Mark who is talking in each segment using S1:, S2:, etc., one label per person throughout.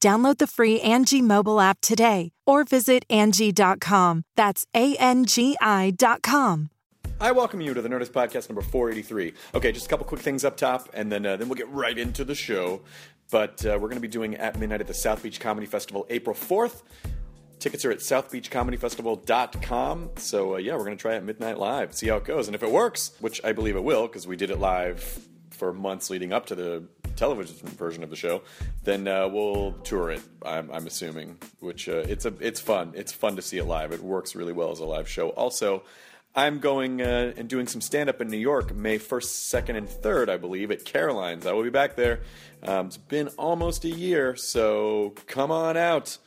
S1: Download the free Angie mobile app today or visit Angie.com. That's A N G I.com.
S2: I welcome you to the Nerdist Podcast number 483. Okay, just a couple quick things up top, and then uh, then we'll get right into the show. But uh, we're going to be doing At Midnight at the South Beach Comedy Festival April 4th. Tickets are at southbeachcomedyfestival.com. So, uh, yeah, we're going to try it midnight live, see how it goes. And if it works, which I believe it will, because we did it live for months leading up to the television version of the show, then uh, we'll tour it, I'm, I'm assuming, which uh, it's, a, it's fun. It's fun to see it live. It works really well as a live show. Also, I'm going uh, and doing some stand up in New York May 1st, 2nd, and 3rd, I believe, at Caroline's. I will be back there. Um, it's been almost a year, so come on out.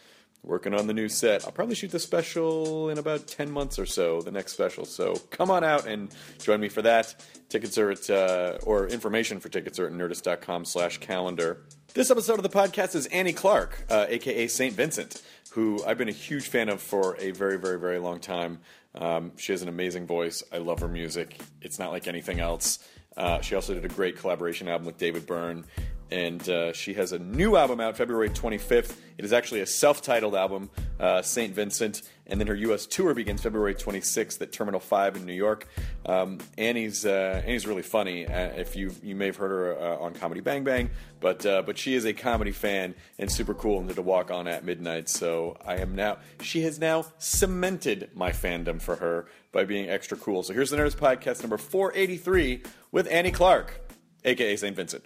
S2: Working on the new set. I'll probably shoot the special in about 10 months or so, the next special. So come on out and join me for that. Tickets are at, uh, or information for tickets are at nerdist.com slash calendar. This episode of the podcast is Annie Clark, uh, aka St. Vincent, who I've been a huge fan of for a very, very, very long time. Um, she has an amazing voice. I love her music. It's not like anything else. Uh, she also did a great collaboration album with David Byrne, and uh, she has a new album out February 25th. It is actually a self titled album, uh, St. Vincent, and then her U.S. tour begins February 26th at Terminal 5 in New York. Um, Annie's, uh, Annie's really funny. Uh, if you you may have heard her uh, on Comedy Bang Bang, but uh, but she is a comedy fan and super cool and did a walk on at midnight. So I am now she has now cemented my fandom for her by being extra cool. So here's the Nerds Podcast number 483 with Annie Clark, aka St. Vincent.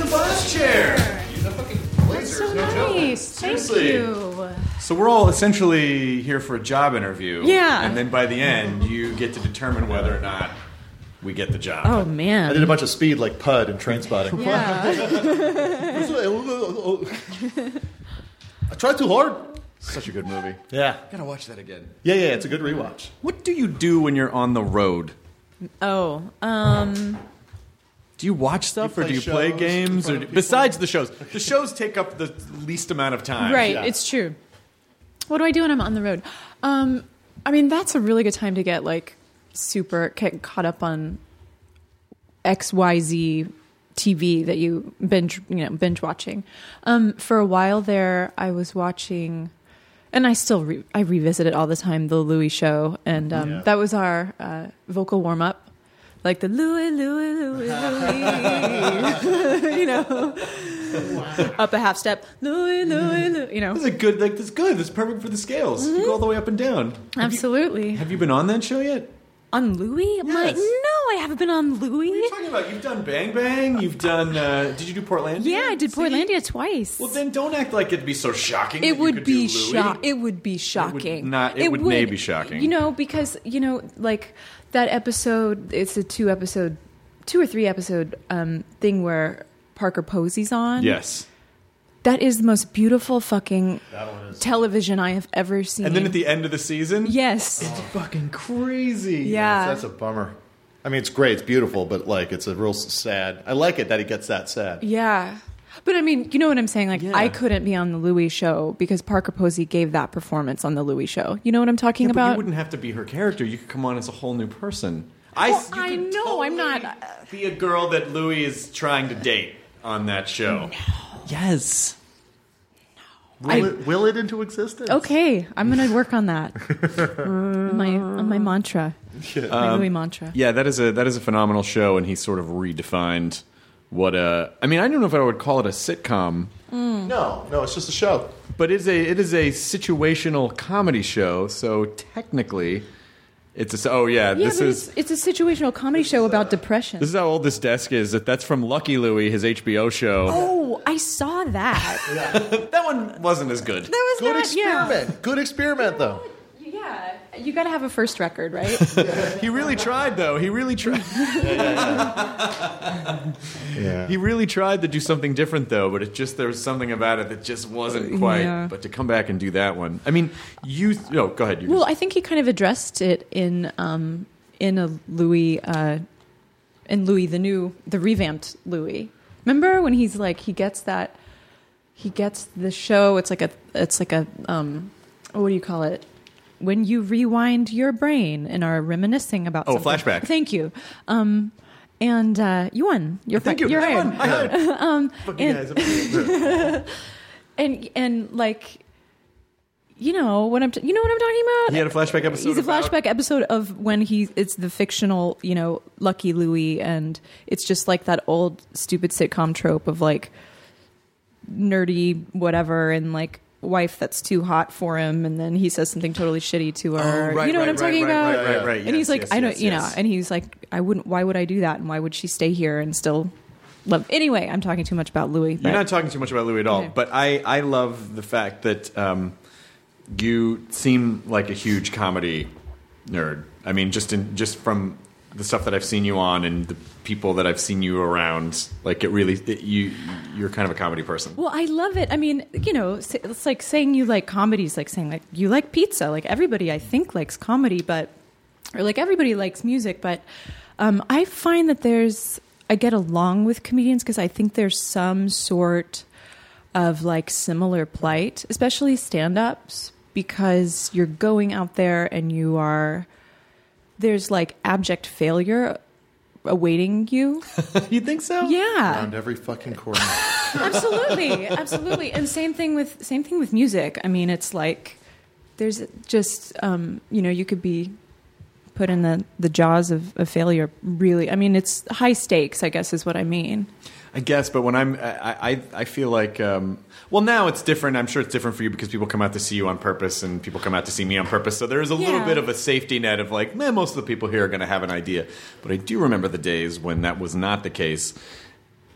S2: The bus chair. Use a fucking blazer.
S3: so nice. Thank
S2: Seriously.
S3: you.
S2: So we're all essentially here for a job interview.
S3: Yeah.
S2: And then by the end, you get to determine whether or not we get the job.
S3: Oh
S4: I did a
S3: man.
S4: bunch of speed like PUD and train spotting.
S3: Yeah.
S4: I tried too hard.
S2: Such a good movie.
S4: Yeah.
S2: Gotta watch that again.
S4: Yeah, yeah, it's a good rewatch.
S2: What do you do when you're on the road?
S3: oh. Um.
S2: Do you watch stuff
S4: You
S2: or do
S4: play
S2: you play
S4: shows
S2: games or
S4: in front of
S2: do,
S4: people?
S2: besides the shows? The shows take up the least amount of time.
S3: Right.
S4: yeah.
S3: It's true. What do I do when I'm on the road? Um. I mean, that's a really good time to get like super get caught up on X Y Z TV that you binge you know binge watching. Um. For a while there, I was watching. And I still re- I revisit it all the time. The Louis show, and um, that was our uh, vocal warm up, like the Louis Louis Louis Louis, you know, up a half step, Louis Louis Louis, you know,
S2: This is a good. Like this is good. This is perfect for the scales. You
S3: Mm-hmm.
S2: go all the way up and down. Have you-
S3: absolutely.
S2: have you been on that show yet?
S3: on Louis, I'm like,
S2: Yes.
S3: no, I haven't been on Louis.
S2: What are you talking about? You've done Bang Bang. You've done. Uh, did you do Portland?
S3: Yeah, I did Portlandia twice.
S2: Well, then don't act like it'd be so shocking. that
S3: it
S2: you
S3: would
S2: could
S3: be
S2: do Louis.
S3: shock. It would be shocking.
S2: not- it would nay be shocking.
S3: You know, because you know, like that episode. It's a two episode, two or three episode um, thing where Parker Posey's on.
S2: Yes.
S3: that is the most beautiful fucking television I have ever seen.
S2: And then at the end of the season,
S3: yes,
S2: fucking crazy.
S3: yeah,
S4: That's a bummer. I mean, it's great, it's beautiful, but like, it's a real s- sad. I like it that he gets that sad.
S3: yeah. But I mean, you know what I'm saying? Like, I couldn't be on the Louis show because Parker Posey gave that performance on the Louis show. You know what I'm talking
S2: Yeah, but you
S3: about?
S2: wouldn't have to be her character. You could come on as a whole new person.
S5: I,
S3: Well,
S5: s- you
S3: I
S5: could
S3: know, I'm
S5: totally
S3: not- uh,
S5: Be a girl that Louis is trying to date on that show. Yes.
S4: Will, it, will it into existence?
S3: Okay, I'm gonna work on that. On my on my mantra, my Louis mantra.
S2: Um, Yeah, that is a that is a phenomenal show, and he sort of redefined what a. I mean, I don't know if I would call it a sitcom,
S4: No, no, it's just a show.
S2: but it is a it is a situational comedy show. So technically, it's a. s- Oh yeah,
S3: Yeah,
S2: this
S3: but
S2: is.
S3: it's, it's a situational comedy show about depression.
S2: This is how old this desk is. That that's from Lucky Louie, his HBO show.
S3: oh, I saw that.
S2: That one wasn't as good.
S3: That was
S4: Good
S3: not. Yeah.
S4: experiment. Good experiment, though.
S3: Yeah, you gotta have a first record, right?
S2: He really tried, though. He really tried.
S4: Yeah.
S2: He really tried to do something different, though. But it just there was something about it that just wasn't quite.
S3: Uh, Yeah.
S2: But to come back and do that one, I mean, you. No, go ahead. You
S3: Well, I think he kind of addressed it in um, in a Louis uh, in Louis the new the revamped Louis. Remember when he's like he gets that he gets the show. It's like a it's like a um, oh, what do you call it? When you rewind your brain and are reminiscing about
S2: Oh,
S3: something.
S2: flashback.
S3: Thank you. Um, and uh, you won. You're
S2: Thank
S3: fi-
S2: you.
S3: You're
S2: I
S3: hired.
S2: won. I hired.
S4: Fucking
S3: and-
S4: guys.
S3: And and like you know what I'm t- you know what I'm talking about.
S2: He had a flashback episode.
S3: He's a
S2: about-
S3: flashback episode of when he it's the fictional, you know, Lucky Louie, and it's just like that old stupid sitcom trope of like nerdy whatever and like wife that's too hot for him, and then he says something totally shitty to her. you know what I'm talking about?
S2: Oh, Right, right, right.
S3: and he's like, I don't, you know, and he's like, I wouldn't. Why would I do that? And why would she stay here and still love? Anyway, I'm talking too much about Louis.
S2: You're
S3: but-
S2: not talking too much about Louis at all,
S3: Okay.
S2: but I, I love the fact that um, you seem like a huge comedy nerd. I mean, just in just from the stuff that I've seen you on and the people that I've seen you around, like it really it, you you're kind of a comedy person.
S3: Well, I love it. I mean, you know, s- it's like saying you like comedies, like saying like you like pizza. Like everybody, I think, likes comedy, but or like everybody likes music. But um, I find that there's I get along with comedians because I think there's some sort of like similar plight, especially stand-ups, because you're going out there and you are there's like abject failure awaiting you.
S2: you think so?
S3: Yeah.
S4: Around every fucking corner.
S3: absolutely absolutely and same thing with same thing with music i mean it's like there's just um, you know you could be put in the, the jaws of, of failure really i mean it's high stakes i guess is what i mean
S2: I guess, but when I'm, I, I, I feel like, um, well, now it's different. I'm sure it's different for you because people come out to see you on purpose, and people come out to see me on purpose. So there is a little
S3: Yeah.
S2: bit of a safety net of like, man, most of the people here are going to have an idea. But I do remember the days when that was not the case,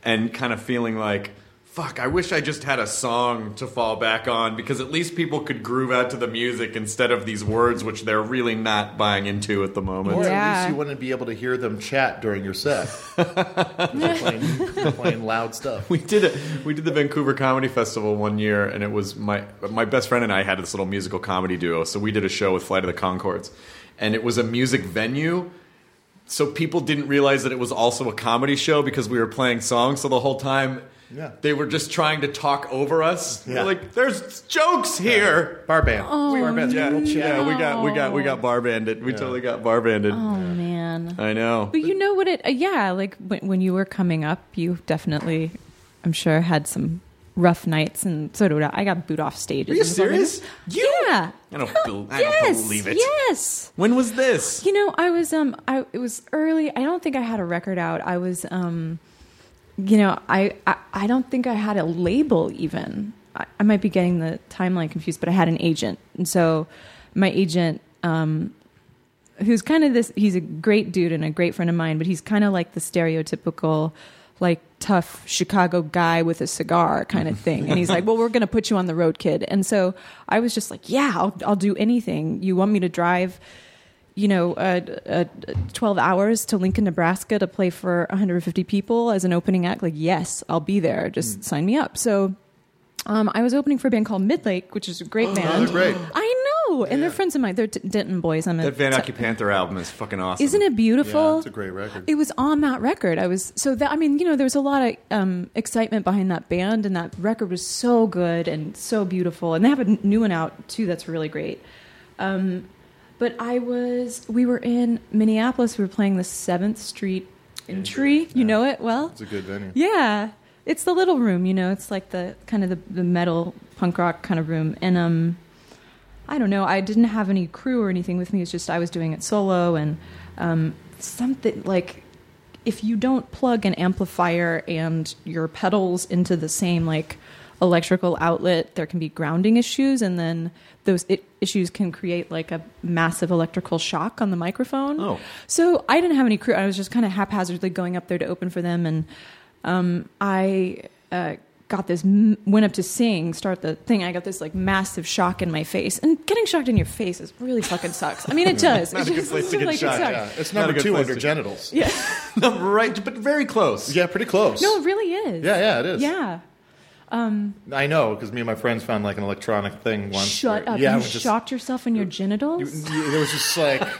S2: and kind of feeling like, fuck, I wish I just had a song to fall back on because at least people could groove out to the music instead of these words, which they're really not buying into at the moment.
S4: Or at
S3: Yeah.
S4: least you wouldn't be able to hear them chat during your set. They're playing, they're playing loud stuff.
S2: we did it. We did the Vancouver Comedy Festival one year, and it was my my best friend and I had this little musical comedy duo. So we did a show with Flight of the Concords, and it was a music venue. So people didn't realize that it was also a comedy show because we were playing songs. So the whole time,
S4: Yeah.
S2: they were just trying to talk over us. They're
S4: Yeah.
S2: like, "There's jokes here."
S4: Bar band.
S3: Oh,
S4: bar band's
S2: Yeah,
S4: people chat.
S2: yeah, we got we got we got bar banded. We totally got bar banded.
S3: oh man
S2: I know.
S3: but you know what it uh, yeah like when, when you were coming up you definitely i'm sure had some rough nights and so did i I got booed off stage
S2: Are you serious? You?
S3: yeah
S2: I don't bel- I don't
S3: yes,
S2: believe it.
S3: yes
S2: When was this?
S3: You know, I was um I it was early. I don't think I had a record out. I was um you know, I I, I don't think I had a label even. I, I might be getting the timeline confused, but I had an agent. And so my agent um who's kind of this he's a great dude and a great friend of mine, but he's kind of like the stereotypical like tough Chicago guy with a cigar kind of thing. And he's like, "Well, we're going to put you on the road, kid." And so I was just like, "Yeah, I'll I'll do anything. You want me to drive you know, uh, uh, 12 hours to Lincoln, Nebraska to play for 150 people as an opening act, like, yes, I'll be there. Just sign me up. So um, I was opening for a band called Midlake, which is a great band.
S4: they're great.
S3: I know. And they're friends of mine. They're D- Denton boys. I'm a,
S2: That Van Panther album is fucking awesome.
S3: Isn't it beautiful?
S4: Yeah, it's a great record.
S3: It was on that record. I was so that I mean, you know, there was a lot of um, excitement behind that band, and that record was so good and so beautiful. And they have a n- new one out too that's really great. Um, But I was, we were in Minneapolis. We were playing the Seventh Street Entry. You know it well.
S4: It's a good venue.
S3: Yeah, it's the little room, you know. It's like the kind of the, the metal punk rock kind of room, and um, I don't know. I didn't have any crew or anything with me. It's just I was doing it solo, and um, something like if you don't plug an amplifier and your pedals into the same like electrical outlet, there can be grounding issues, and then those it, issues can create like a massive electrical shock on the microphone.
S2: Oh.
S3: So I didn't have any crew. I was just kind of haphazardly going up there to open for them, and um, I uh, got this. M- went up to sing, start the thing. I got this like massive shock in my face, and getting shocked in your face is really fucking sucks. I mean, it does.
S2: Not
S3: It's
S2: a good
S3: just-
S2: place to get
S3: like, it
S2: shocked,
S3: sucks.
S2: yeah.
S4: It's
S2: Not a
S4: number
S2: good
S4: two
S2: place
S4: under
S2: to-
S4: genitals.
S2: Not right, but very close.
S4: Yeah, pretty close.
S3: No, Oh, it really is.
S4: Yeah, yeah, it is.
S3: Yeah.
S4: I know because me and my friends found like an electronic thing once.
S3: Shut
S4: where-
S3: up.
S4: Yeah, it
S3: you
S4: was just-
S3: shocked yourself in your genitals?
S4: It was just like,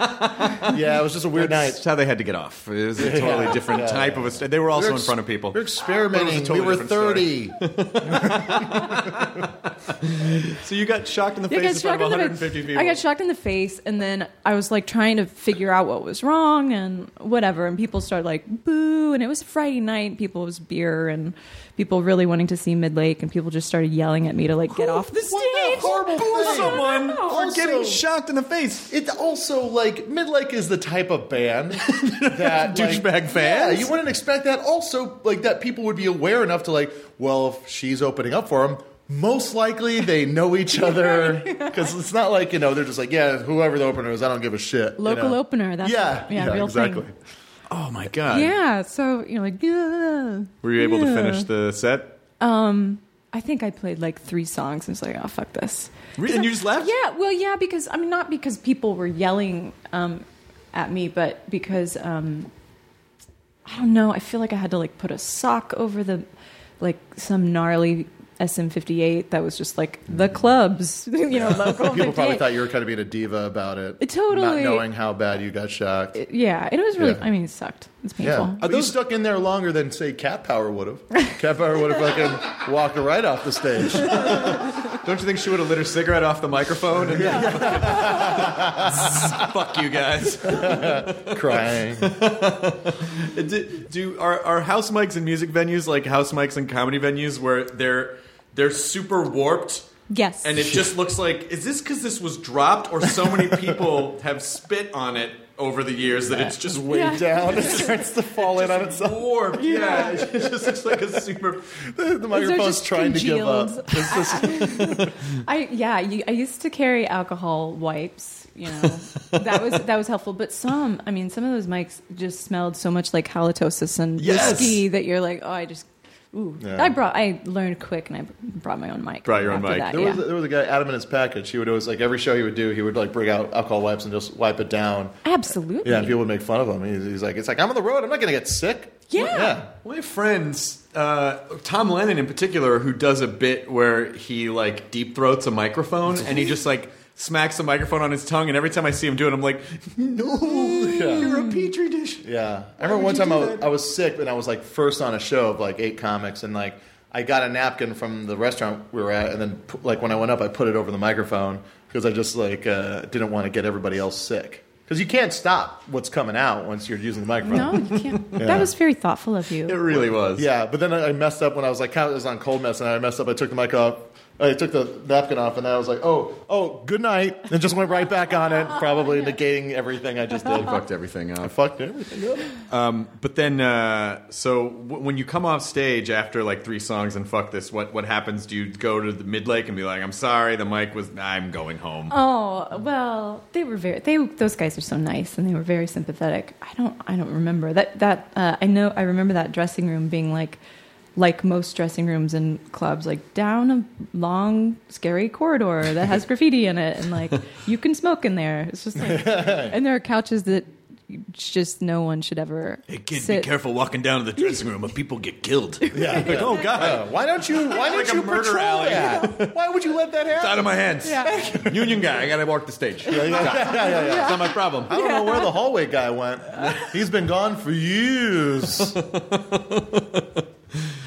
S4: yeah, it was just a weird night.
S2: That's how they had to get off. It was a totally different type of a. St- they were also in front of people.
S4: We're experimenting.
S2: totally
S4: we were
S2: different story.
S4: 30.
S2: So you got shocked in the
S3: I
S2: face in
S3: got
S2: front
S3: shocked
S2: of
S3: in the
S2: 150
S3: face.
S2: people.
S3: I got shocked in the face, and then I was like trying to figure out what was wrong and whatever. And people started like boo, and it was Friday night. People it was beer and people really wanting to see Midlake, and people just started yelling at me to like get off the stage.
S4: that horrible
S2: Boo
S4: thing?
S2: someone
S3: No.
S2: for getting shocked in the face.
S4: It's also like Midlake is the type of band that
S2: Douchebag
S4: like,
S2: fans?
S4: Yeah, you wouldn't expect that. Also, like that people would be aware enough to like, well, if she's opening up for him, most likely they know each other because it's not like you know they're just like, yeah, whoever the opener is, I don't give a shit. you
S3: Local
S4: know?
S3: opener. That's
S4: Yeah,
S3: yeah, real thing.
S4: exactly.
S2: Oh my god.
S3: Yeah, so you know, like, yeah.
S2: Were you able to
S3: yeah.
S2: finish the set?
S3: Um, I think I played like three songs. and was like, oh fuck this.
S2: Re- And you just left?
S3: Yeah, well, yeah, because I mean, not because people were yelling um, at me, but because um, I don't know. I feel like I had to like put a sock over the like some gnarly SM58 that was just like the clubs, you know, local.
S4: Mm. People probably
S3: 58.
S4: thought you were kind of being a diva about it, not
S3: Totally.
S4: knowing how bad you got shocked.
S3: Yeah, and it was really.
S4: Yeah.
S3: I mean, it sucked. It's painful.
S4: Yeah. Are those stuck in there longer than say Cat Power would have? Cat Power would have fucking walked right off the stage.
S2: Don't you think she would have lit her cigarette off the microphone? And Fuck you guys.
S4: Crying.
S2: Do, do are, are house mics and music venues like house mics and comedy venues where they're they're super warped?
S3: Yes.
S2: And it just looks like is this because this was dropped or so many people have spit on it over the years that it's just way
S3: Yeah.
S4: Down it starts to fall in on itself.
S2: warped? Yeah. it just looks like a super.
S4: The, the microphone's
S3: just
S4: trying to give
S3: congealed.
S4: up. It's just-
S3: I yeah, you, I used to carry alcohol wipes. You know, that was that was helpful. But some, I mean, some of those mics just smelled so much like halitosis and
S2: Yes.
S3: whiskey that you're like, oh, I just. Ooh,
S4: Yeah.
S3: I brought. I learned quick, and I brought my own mic.
S2: Brought your own
S3: after
S2: mic.
S3: That,
S4: there,
S3: yeah.
S4: was a, there was a guy, Adam and his package. He would always, like, every show he would do, he would, like, bring out alcohol wipes and just wipe it down.
S3: Absolutely.
S4: Yeah, and people would make fun of him. He's, he's like, it's like, I'm on the road. I'm not going to get sick.
S3: Yeah.
S4: Yeah.
S2: My friends, uh, Tom Lennon in particular, who does a bit where he like deep throats a microphone and he just like smacks the microphone on his tongue, and every time I see him do it, I'm like, no, you're a petri dish.
S4: Yeah. I remember one
S2: would you
S4: time I
S2: do
S4: was,
S2: that?
S4: I was sick and I was like first on a show of like eight comics and like I got a napkin from the restaurant we were at and then pu- like when I went up I put it over the microphone because I just like uh, didn't want to get everybody else sick. Because you can't stop what's coming out once you're using the microphone.
S3: No, you can't. That was very thoughtful of
S2: It
S3: you.
S2: really was.
S4: Yeah, but then I I messed up when I was like, kind of- it was on cold mess, and I messed up. I took the mic off, I took the napkin off, and I was like, oh, oh, good night, and just went right back on it, probably negating everything I just did.
S2: fucked everything up.
S4: Fucked everything up.
S2: But then, uh, so w- when you come off stage after like three songs and fuck this, what what happens? Do you go to the mid lake and be like, I'm sorry, the mic was, I'm going home.
S3: Oh well, they were very. They those guys are so nice, and they were very sympathetic. I don't. I don't remember that. That uh, I know. I remember that dressing room being like, like most dressing rooms in clubs, like down a long, scary corridor that has graffiti in it, and like you can smoke in there. It's just like, and there are couches that just no one should ever
S2: Hey kid,
S3: sit.
S2: be careful walking down to the dressing room, or people get killed. Yeah, like, oh god,
S4: Uh, why don't you? Why don't
S2: Like a
S4: you
S2: murder
S4: patrol
S2: alley.
S4: that? Why would you let that
S2: it's out
S4: happen?
S2: of my hands. Union guy, I gotta walk the stage.
S4: Yeah, yeah, yeah, yeah, yeah.
S2: It's not my problem.
S4: I don't know where the hallway guy went. He's been gone for years.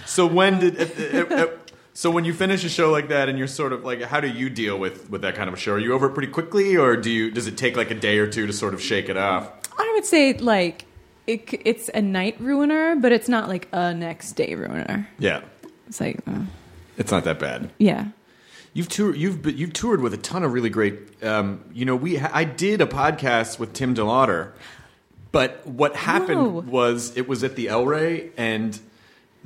S2: So when did at, at, at, So when you finish a show like that, and you're sort of like, how do you deal with with that kind of a show? Are you over it pretty quickly, or do you does it take like a day or two to sort of shake it off?
S3: I would say like it, c- it's a night ruiner, but it's not like a next day ruiner.
S2: Yeah,
S3: It's like uh,
S2: it's not that bad.
S3: yeah,
S2: You've toured. You've been- you've toured with a ton of really great. Um, you know, we I did a podcast with Tim DeLauder, but what happened
S3: Whoa.
S2: was it was at the El Rey, and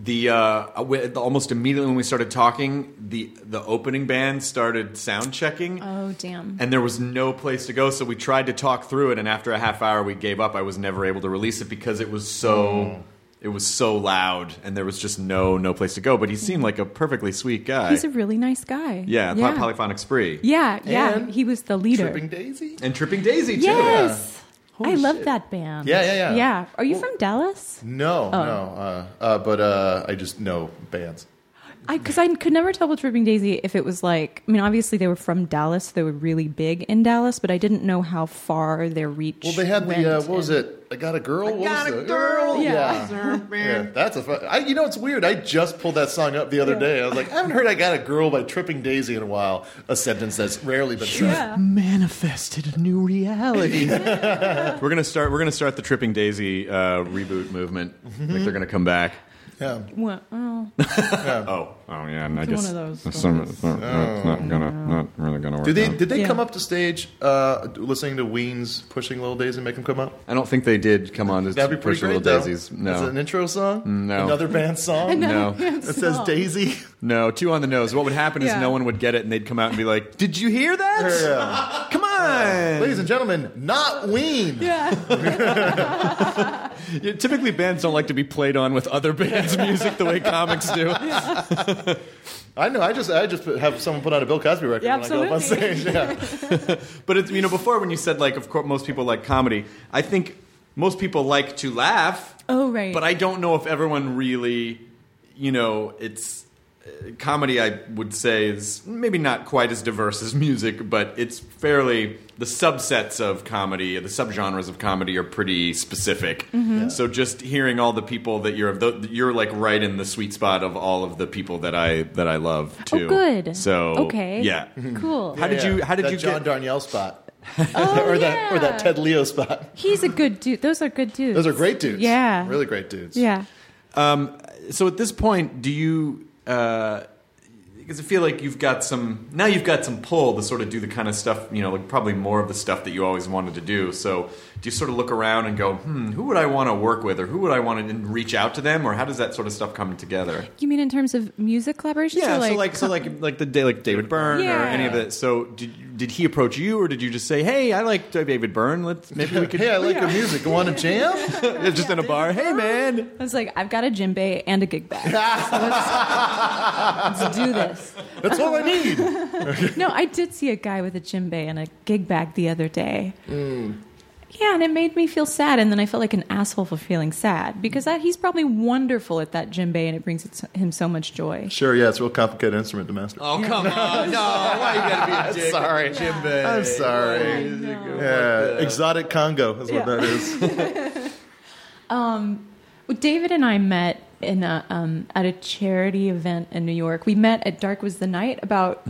S2: the uh, we- the- almost immediately when we started talking, the the opening band started sound checking.
S3: Oh, damn.
S2: And there was no place to go, so we tried to talk through it, and after a half hour, we gave up. I was never able to release it because it was so. It was so loud, and there was just no no place to go. But he seemed like a perfectly sweet guy.
S3: he's a really nice guy.
S2: Yeah,
S3: yeah,
S2: yeah. Polyphonic Spree.
S3: yeah, yeah.
S4: And
S3: he was the leader.
S4: Tripping Daisy.
S2: And Tripping Daisy, too.
S3: Yes, I love
S4: shit.
S3: that band.
S4: Yeah, yeah, yeah.
S3: Yeah, are you from Dallas?
S4: No,
S3: Oh.
S4: no. Uh, uh, but uh, I just know bands.
S3: I because I could never tell with Tripping Daisy if it was like I mean obviously they were from Dallas they were really big in Dallas but I didn't know how far their reach.
S4: Well, they had
S3: went
S4: the uh, what was
S3: and-
S4: it? I got a girl. what
S2: Got
S4: was
S2: a
S4: it?
S2: girl.
S3: Yeah.
S4: Yeah, that's a fun. I, you know, it's weird. I just pulled that song up the other day. I was like, I haven't heard "I Got a Girl" by Tripping Daisy in a while. A sentence that's rarely been said.
S2: Manifested a new reality. we're gonna start. We're gonna start the Tripping Daisy uh, reboot movement.
S4: Mm-hmm.
S2: I think they're gonna come back.
S4: Yeah.
S3: Well, oh,
S2: Oh, oh yeah. And I guess
S3: one of those.
S2: some- it's not, it's not gonna, not really gonna work.
S4: Did they
S2: out.
S4: did they
S3: Yeah.
S4: come up to stage uh, listening to Ween's "Pushing Little Daisy" make them come up?
S2: I don't think they did come on to
S4: That'd be pretty
S2: push the
S4: great.
S2: Little
S4: though.
S2: Daisies.
S4: Is it
S2: No, Mm,
S4: an intro song?
S2: No.
S4: Another band song.
S2: no,
S4: It says Daisy.
S2: no. Two on the nose. What would happen is
S3: Yeah.
S2: no one would get it, and they'd come out and be like, "Did you hear that? Come on!"
S4: Ladies and gentlemen, not Ween.
S2: Yeah, typically, bands don't like to be played on with other bands' music the way comics do.
S4: I know. I just I just have someone put on a Bill Cosby record
S3: Yeah,
S4: when I go up on
S3: absolutely.
S4: stage. Yeah.
S2: But it's, you know, before when you said like, of course, most people like comedy. I think most people like to laugh.
S3: Oh, right.
S2: But I don't know if everyone really, you know, it's uh, comedy. I would say is maybe not quite as diverse as music, but it's fairly the subsets of comedy, the subgenres of comedy are pretty specific.
S3: Mm-hmm.
S2: So just hearing all the people that you're, tho- you're like right in the sweet spot of all of the people that I that I love too.
S3: oh good.
S2: So
S3: okay,
S2: yeah.
S3: cool.
S2: How did you? How did
S4: Mm-hmm. that
S2: you
S4: John
S2: get?
S4: Darnielle spot?
S3: Oh,
S4: or that or
S3: yeah.
S4: that Ted Leo spot?
S3: He's a good dude. Those are good dudes.
S4: Those are great dudes.
S3: Yeah.
S4: Really great dudes.
S3: Yeah.
S2: so at this point, do you? uh 'cause because I feel like you've got some now you've got some pull to sort of do the kind of stuff you know like probably more of the stuff that you always wanted to do. So do you sort of look around and go, hmm, who would I want to work with, or who would I want to reach out to them, or how does that sort of stuff come together?
S3: You mean in terms of music collaborations?
S2: Yeah,
S3: or
S2: so like so like like the day like David Byrne or
S3: Yeah.
S2: any of it. So did you- did he approach you, or did you just say, hey, I like David Byrne, let's maybe we could
S4: Hey, I like your music. Go on a jam.
S2: just in a bar, hey man,
S3: I was like, I've got a djembe and a gig bag. So let's, let's do this.
S4: That's all I need.
S3: No, I did see a guy with a djembe and a gig bag the other day. Yeah, and it made me feel sad, and then I felt like an asshole for feeling sad because that, he's probably wonderful at that djembe, and it brings it, him so much joy.
S4: Sure. Yeah. It's a real complicated instrument to master.
S2: oh come on, no, why you gotta be a dick?
S4: sorry,
S2: Jimbe.
S4: I'm sorry. Yeah. Exotic Congo is what that is.
S3: Well, David and I met in a, um, at a charity event in New York. We met at Dark Was the Night about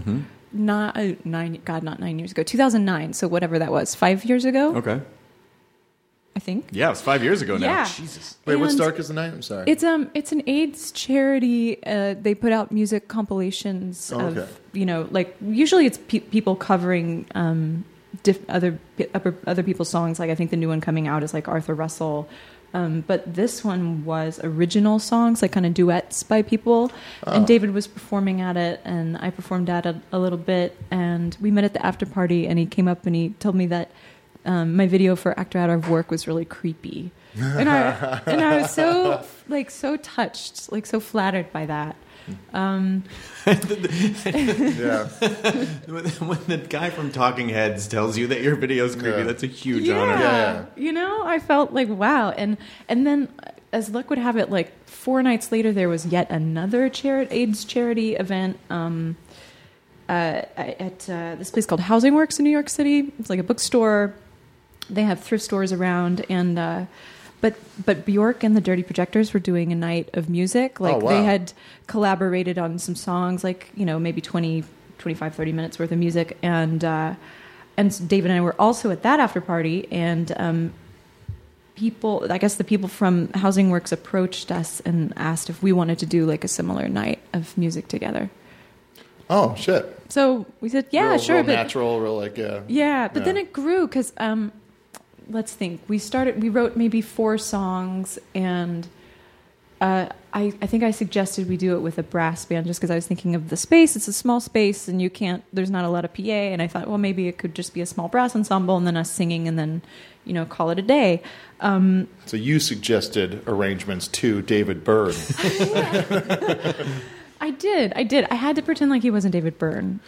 S3: ni- uh, nine, God, not nine years ago, 2009. So whatever that was, five years ago,
S2: Okay.
S3: I think.
S2: Yeah, it was five years ago now.
S3: Yeah.
S2: Jesus.
S4: Wait, what's
S3: And-
S4: dark as the night? I'm sorry.
S3: It's um, it's an AIDS charity. Uh, they put out music compilations
S4: Oh, okay.
S3: of you know, like usually it's pe- people covering um, diff- other pe- upper, other people's songs. Like I think the new one coming out is like Arthur Russell. Um, but this one was original songs, like kind of duets by people. And David was performing at it, and I performed at it a little bit. And we met at the after party, and he came up and he told me that um, my video for actor out of work was really creepy and i and i was so like so touched like so flattered by that um,
S4: yeah.
S2: When when the guy from Talking Heads tells you that your video's creepy,
S4: Yeah.
S2: that's a huge
S3: yeah,
S2: honor.
S4: Yeah.
S3: you know i felt like wow and and then uh, as luck would have it like four nights later there was yet another charity aids charity event um, uh, at uh, this place called housing works in new york city it's like a bookstore they have thrift stores around and uh, But but Bjork and the Dirty Projectors were doing a night of music. Like
S4: Oh, wow.
S3: they had collaborated on some songs, like you know maybe 20, 25, 30 minutes worth of music. And uh, and s- David and I were also at that after party, and um, people, I guess the people from Housing Works approached us and asked if we wanted to do like a similar night of music together.
S4: Oh shit.
S3: So we said, yeah,
S4: real,
S3: sure,
S4: real
S3: but
S4: natural, real like yeah.
S3: yeah, but then
S4: Yeah.
S3: it grew because um, let's think. We started. We wrote maybe four songs, and uh, I, I think I suggested we do it with a brass band just because I was thinking of the space. It's a small space, and you can't. There's not a lot of PA, and I thought, well, maybe it could just be a small brass ensemble, and then us singing, and then you know, call it a day. Um,
S4: So you suggested arrangements to David Byrne.
S3: I did. I did. I had to pretend like he wasn't David Byrne.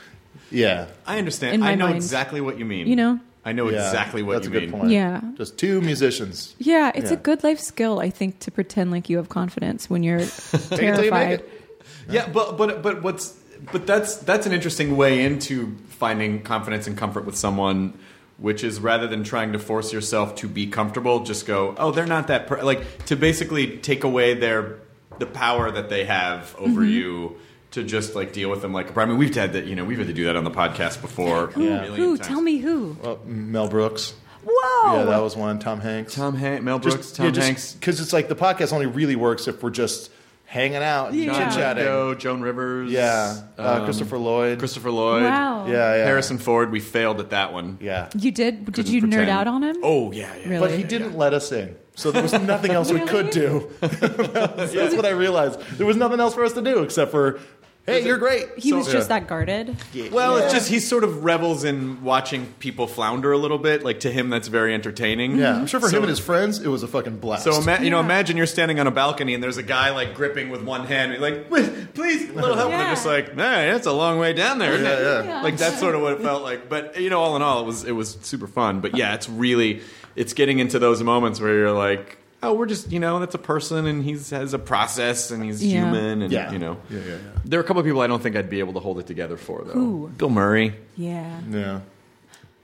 S4: yeah.
S2: I
S3: In
S2: understand.
S3: my
S2: I know
S3: mind.
S2: exactly what you mean.
S3: You know?
S2: I know
S4: Yeah,
S2: exactly what
S4: that's
S2: you
S4: a good
S2: mean.
S4: point.
S3: Yeah.
S4: Just two musicians.
S3: Yeah, it's
S4: Yeah.
S3: a good life skill, I think, to pretend like you have confidence when you're
S4: you make
S3: terrified.
S4: it.
S2: Yeah, but but but what's but that's that's an interesting way into finding confidence and comfort with someone, which is rather than trying to force yourself to be comfortable, just go, oh, they're not that per-, like to basically take away their the power that they have over
S3: Mm-hmm.
S2: you. To just like deal with them like I mean we've had that you know we've had to do that on the podcast before.
S3: Oh,
S2: a million
S3: Who?
S2: times.
S3: Tell me who.
S4: Uh, Mel Brooks.
S3: Whoa!
S4: Yeah, that was one. Tom Hanks.
S2: Tom Hanks, Mel Brooks, Tom Hanks,
S4: Because it's like the podcast only really works if we're just hanging out and
S3: Yeah.
S2: John
S4: chit chatting.
S2: Lithgow, Joan Rivers,
S4: Yeah. Uh,
S2: um,
S4: Christopher Lloyd.
S2: Christopher Lloyd,
S3: Wow.
S4: Yeah, yeah.
S2: Harrison Ford. We failed at that one.
S4: Yeah.
S3: You did? Did
S2: Couldn't
S3: you nerd
S2: pretend.
S3: out on him?
S2: Oh yeah, yeah.
S3: Really?
S4: But he didn't let us in. So there was nothing else we could do. That's what I realized. There was nothing else for us to do except for, hey, you're great.
S3: he was
S2: So-
S3: just that guarded.
S2: Well, it's just he sort of revels in watching people flounder a little bit. Like to him, that's very entertaining.
S4: Yeah, I'm sure for
S2: So-
S4: him and his friends, it was a fucking blast.
S2: So ima- you know, imagine you're standing on a balcony and there's a guy like gripping with one hand, and you're like please, a little help. And
S3: Yeah.
S2: they're just like, all right, that's a long way down there, isn't it?
S4: Yeah,
S3: yeah.
S2: Like that's sort of what it felt like. But you know, all in all, it was it was super fun. But yeah, it's really it's getting into those moments where you're like, oh, we're just you know, that's a person, and he has a process, and he's
S3: Yeah.
S2: human, and
S4: Yeah.
S2: you know,
S4: Yeah, yeah, yeah.
S2: There are a couple of people I don't think I'd be able to hold it together for though.
S3: Who?
S2: Bill Murray.
S3: Yeah.
S4: yeah.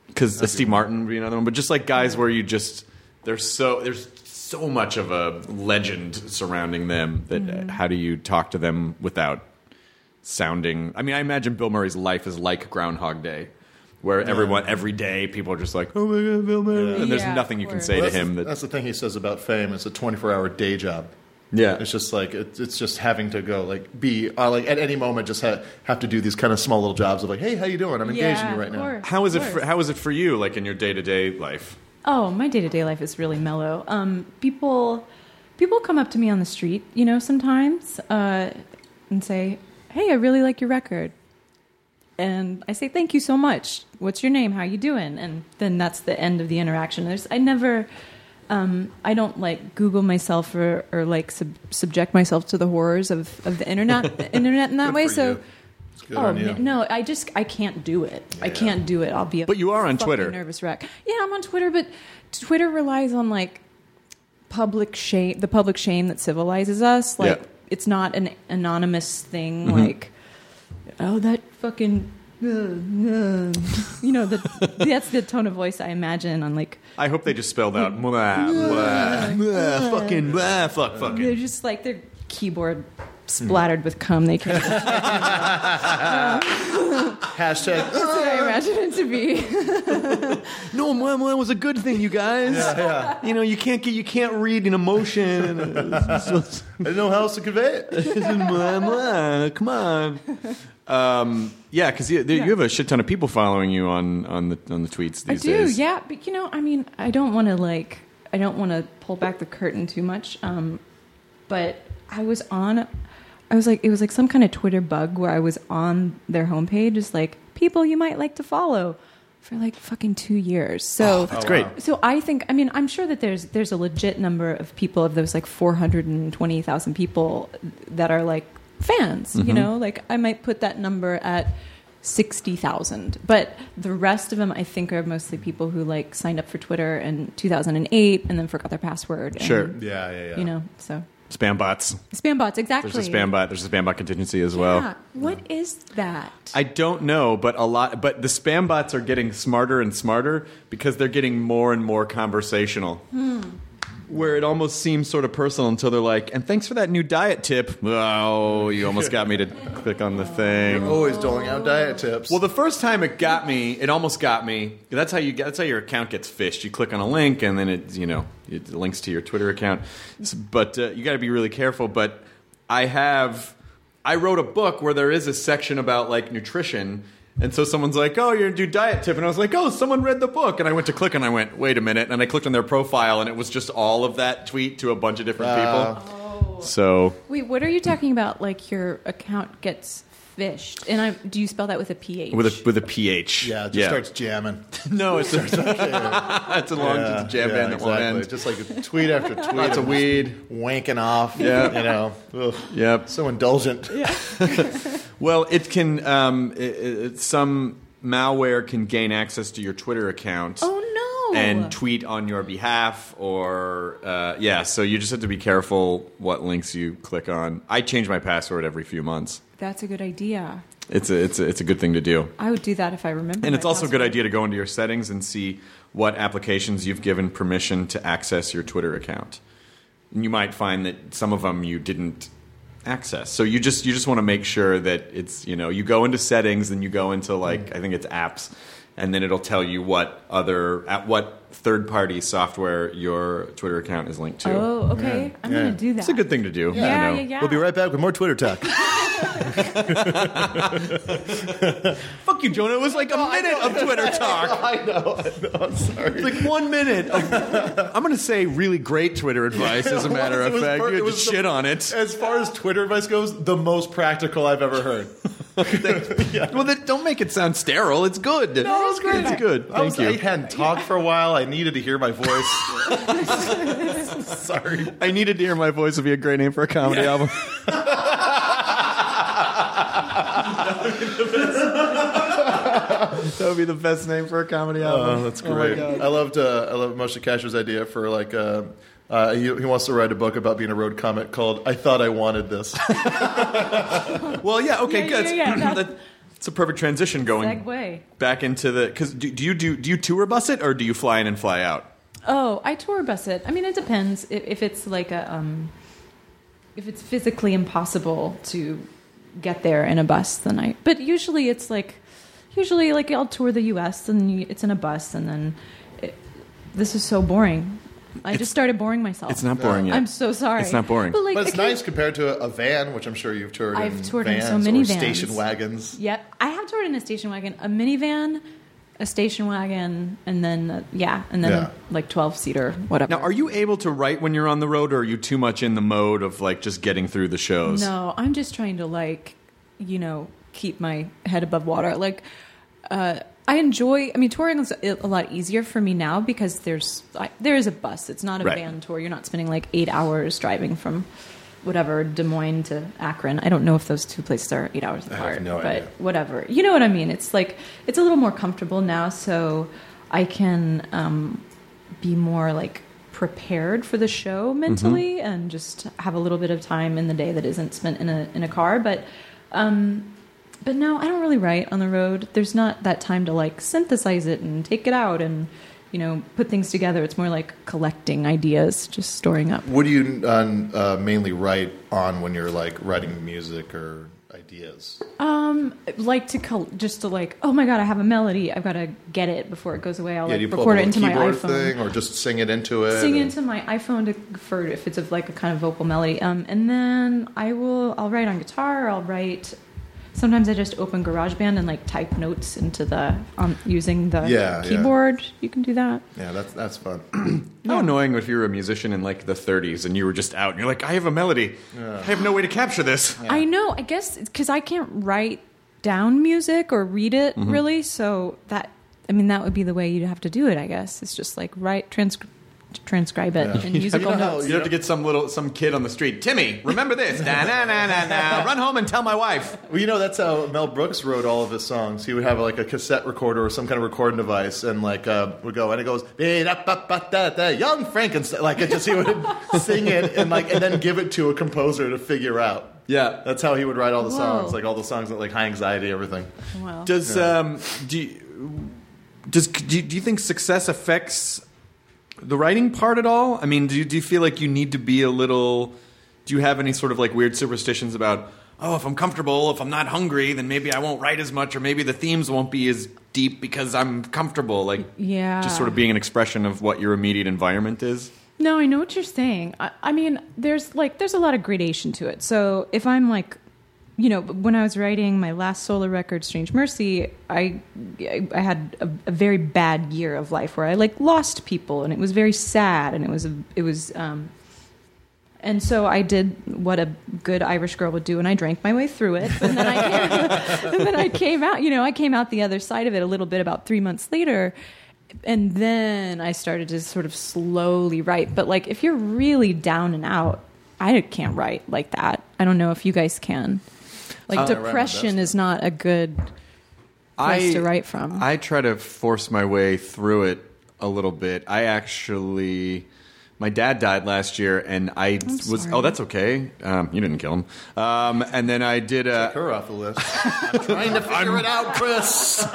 S2: because Steve Martin would be another one, but just like guys where you just there's so there's so much of a legend surrounding them that
S3: Mm-hmm.
S2: uh, how do you talk to them without sounding? I mean, I imagine Bill Murray's life is like Groundhog Day, where everyone every day people are just like, oh my god, Bill Murray, and there's
S3: Yeah,
S2: nothing you
S3: of
S2: can
S3: course.
S2: say
S4: Well,
S2: to him
S4: that's,
S2: that
S4: that's the thing he says about fame. It's a 24 hour day job.
S2: yeah,
S4: It's just like it, it's just having to go like be uh, like at any moment just ha- have to do these kind of small little jobs of like hey how you doing I'm engaging you right now
S2: how is it for, how is it for you like in your day to day life?
S3: Oh, my day to day life is really mellow. Um, people, people come up to me on the street, you know, sometimes, uh, and say, "Hey, I really like your record," and I say, "Thank you so much. What's your name? How you doing?" And then that's the end of the interaction. There's, I never, um, I don't like Google myself or, or like sub- subject myself to the horrors of, of the internet, the internet in that
S4: Good
S3: way.
S4: for
S3: so.
S4: you. It's good
S3: oh
S4: on you.
S3: man, no, I just I can't do it. I can't do it. I'll be. A
S2: But you are on
S3: fucking
S2: Twitter.
S3: Nervous wreck. Yeah, I'm on Twitter, but Twitter relies on like public shame, the public shame that civilizes us. Like
S2: Yeah. Mm-hmm.
S3: it's not an anonymous thing. Like oh, that fucking. uh, uh," you know the, that's the tone of voice I imagine on like
S2: I hope they just spelled out "Mwah, mwah, mwah, fucking mwah, fuck fucking.
S3: They're just like their keyboard
S2: Hmm.
S3: splattered with cum. They can't. That's
S4: hashtag yeah,
S3: what I imagine it to be.
S2: No, Mwah Mwah was a good thing, you guys.
S4: yeah.
S2: You know, you can't get, you can't read an emotion. It's
S4: I didn't know how else to convey it
S2: mwah, mwah, Come on. Um, yeah, because you, you have a shit ton of people following you on on the on the tweets
S3: I
S2: these
S3: do,
S2: days.
S3: yeah. But you know, I mean, I don't want to like, I don't want to pull back the curtain too much. Um, but I was on, I was like, it was like some kind of Twitter bug where I was on their homepage, just like people you might like to follow for like fucking two years. So
S2: Oh, that's great.
S3: so I think I mean I'm sure that there's there's a legit number of people of those like 420,000 people that are like fans,
S2: Mm-hmm.
S3: you know? Like I might put that number at 60,000. But the rest of them I think are mostly people who like signed up for Twitter in 2008 and then forgot their password. and,
S2: Sure.
S4: yeah yeah yeah
S3: You know, so
S2: Spam bots.
S3: spam bots exactly.
S2: There's a spam bot. There's a spam bot contingency as well.
S3: Yeah. What is that?
S2: I don't know, but a lot. But the spam bots are getting smarter and smarter because they're getting more and more conversational. where it almost seems sort of personal until they're like, "And thanks for that new diet tip." Oh, you almost got me to click on the thing.
S4: Always doling out diet tips.
S2: Well, the first time it got me, it almost got me. That's how you. That's how your account gets fished. You click on a link, and then it, you know, it links to your Twitter account. S- But uh, you got to be really careful. But I have. I wrote a book where there is a section about like nutrition, and so someone's like, "Oh, you're gonna do diet tip," and I was like, "Oh, someone read the book," and I went to click, and I went, "Wait a minute," and I clicked on their profile, and it was just all of that tweet to a bunch of different people. So
S3: Wait, what are you talking about? Like your account gets fished, and I do you spell that with a ph?
S2: with a with a ph,
S4: yeah, it just starts jamming.
S2: No, it's it's a long
S4: Yeah,
S2: it's a jam
S4: yeah,
S2: band that
S4: exactly.
S2: won't end.
S4: Just like tweet after tweet.
S2: Lots of
S4: of
S2: weed.
S4: wanking off.
S2: Yeah.
S4: you know. Ugh.
S2: Yep.
S4: So indulgent.
S2: Well, it can. Um, i i some malware can gain access to your Twitter account.
S3: oh no!
S2: And tweet on your behalf, or uh, yeah. So you just have to be careful what links you click on. I change my password every few months.
S3: That's a good idea.
S2: It's a it's a, it's a good thing to do.
S3: I would do that if I remember.
S2: And it's also a good idea to go into your settings and see what applications you've given permission to access your Twitter account. And you might find that some of them you didn't access. So you just you just want to make sure that it's you know you go into settings and you go into like
S3: Mm.
S2: I think it's apps, and then it'll tell you what other at what third party software your Twitter account is linked to.
S3: Oh, okay. I'm
S4: Yeah.
S3: gonna do that.
S2: It's a good thing to do. you
S3: Yeah,
S2: know.
S3: yeah, yeah.
S4: We'll be right back with more Twitter talk.
S2: Fuck you, Jonah. It was like a
S3: Oh,
S2: minute of Twitter talk.
S4: I know. I know. I'm sorry.
S2: It's like one minute. Of, I'm going to say really great Twitter advice, as a matter
S4: It
S2: of
S4: was
S2: fact.
S4: per-
S2: you
S4: it
S2: had to
S4: was the-
S2: shit on it.
S4: As far as Twitter advice goes, the most practical I've ever heard.
S2: Well, that, don't make it sound sterile. It's good. No,
S3: it's great.
S2: It's good.
S4: I, was,
S2: Thank
S4: I
S2: you.
S4: hadn't talked for a while. I needed to hear my voice. sorry.
S2: I needed to hear my voice would be a great name for a comedy album. that would be the best name for a comedy album.
S4: Oh, that's great. I loved uh, I loved Moshe Kasher's idea for like uh, uh, he, he wants to write a book about being a road comic called "I Thought I Wanted This."
S2: Well, yeah. Okay,
S3: Yeah,
S2: good.
S3: yeah, yeah, yeah.
S2: That- It's a perfect transition going
S3: segue.
S2: back into the because do, do you do do you tour bus it or do you fly in and fly out?
S3: Oh, I tour bus it. I mean, it depends if, if it's like a um, if it's physically impossible to get there in a bus. Then I. But usually it's like usually like I'll tour the U.S. and you, it's in a bus, and then it, this is so boring. I
S2: It's-
S3: just started boring myself.
S2: It's not boring yet.
S3: I'm so sorry.
S2: It's not boring.
S3: But like,
S4: But it's
S3: occasion-
S4: nice compared to a, a van, which I'm sure you've toured.
S3: I've
S4: in
S3: toured in
S4: vans
S3: so many
S4: or
S3: vans.
S4: station wagons.
S3: Yep, I have toured in a station wagon, a minivan, a station wagon, and then uh, yeah, and then
S4: Yeah.
S3: like twelve seater, whatever.
S2: Now, are you able to write when you're on the road, or are you too much in the mode of like just getting through the shows?
S3: No, I'm just trying to like, you know, keep my head above water. Like, uh, I enjoy. I mean, touring is a a lot easier for me now because there's I, there is a bus. It's not a
S2: Right.
S3: van tour. You're not spending like eight hours driving from whatever Des Moines to Akron. I don't know if those two places are eight hours apart,
S4: no
S3: but
S4: idea.
S3: whatever. You know what I mean? It's like it's a little more comfortable now, so I can um, be more like prepared for the show
S4: Mm-hmm.
S3: mentally and just have a little bit of time in the day that isn't spent in a in a car but um but no I don't really write on the road there's not that time to like synthesize it and take it out and you know put things together it's more like collecting ideas just storing up
S4: What do you uh, uh, mainly write on when you're like writing music or ideas?
S3: um like to col- just to like oh my god I have a melody I've got to get it before it goes away I'll
S4: do you
S3: like
S4: pull up
S3: record
S4: a
S3: it into
S4: little
S3: my
S4: keyboard
S3: iPhone
S4: thing or just sing it into it?
S3: sing
S4: or-
S3: into my iPhone to, for if it's of like a kind of vocal melody. Um, and then I will I'll write on guitar. I'll write. Sometimes I just open GarageBand and like type notes into the um, using the
S4: Yeah, yeah.
S3: keyboard. You can do that.
S4: yeah, that's that's fun.
S2: How annoying if you were a musician in like the 30s and you were just out and you're like, I have a melody, I have no way to capture this.
S3: I know. I guess because I can't write down music or read it
S4: Mm-hmm.
S3: really. So that I mean that would be the way you'd have to do it. I guess it's just like write trans- transcribe it in musical
S4: know how-
S3: notes.
S2: You'd have to get some little some kid on the street. Timmy, remember this? na na na na na. Run home and tell my wife.
S4: Well, you know that's how Mel Brooks wrote all of his songs. He would have like a cassette recorder or some kind of recording device, and like uh, would go and it goes "Be-da-ba-ba-da-da, "Young Frankenstein." Like it just he would sing it and like and then give it to a composer to figure out.
S2: Yeah.
S4: that's how he would write all the
S3: Whoa.
S4: songs, like all the songs that like high anxiety, everything.
S3: Wow.
S2: Does um do you, does do you, do you think success affects the writing part at all? I mean, do you, do you feel like you need to be a little? Do you have any sort of like weird superstitions about? Oh, if I'm comfortable, if I'm not hungry, then maybe I won't write as much, or maybe the themes won't be as deep because I'm comfortable. Like,
S3: Yeah.
S2: just sort of being an expression of what your immediate environment is.
S3: No, I know what you're saying. I, I mean, there's like there's a lot of gradation to it. So if I'm like, you know, when I was writing my last solo record, Strange Mercy, I I I had a, a very bad year of life where I like lost people, and it was very sad, and it was a, it was. Um, and so I did what a good Irish girl would do, and I drank my way through it. And then I came, and then I came out, you know, I came out the other side of it a little bit about three months later. And then I started to sort of slowly write. But like, if you're really down and out, I can't write like that. I don't know if you guys can. Like,
S4: I write my
S3: depression
S4: best.
S3: is not a good place
S2: I-
S3: to write from.
S2: I try to force my way through it a little bit. I actually, my dad died last year, and I was.
S3: sorry.
S2: Oh, that's okay. Um, you didn't kill him. Um, and then I did. Uh,
S4: Her off the list. I'm trying to figure it out, Chris.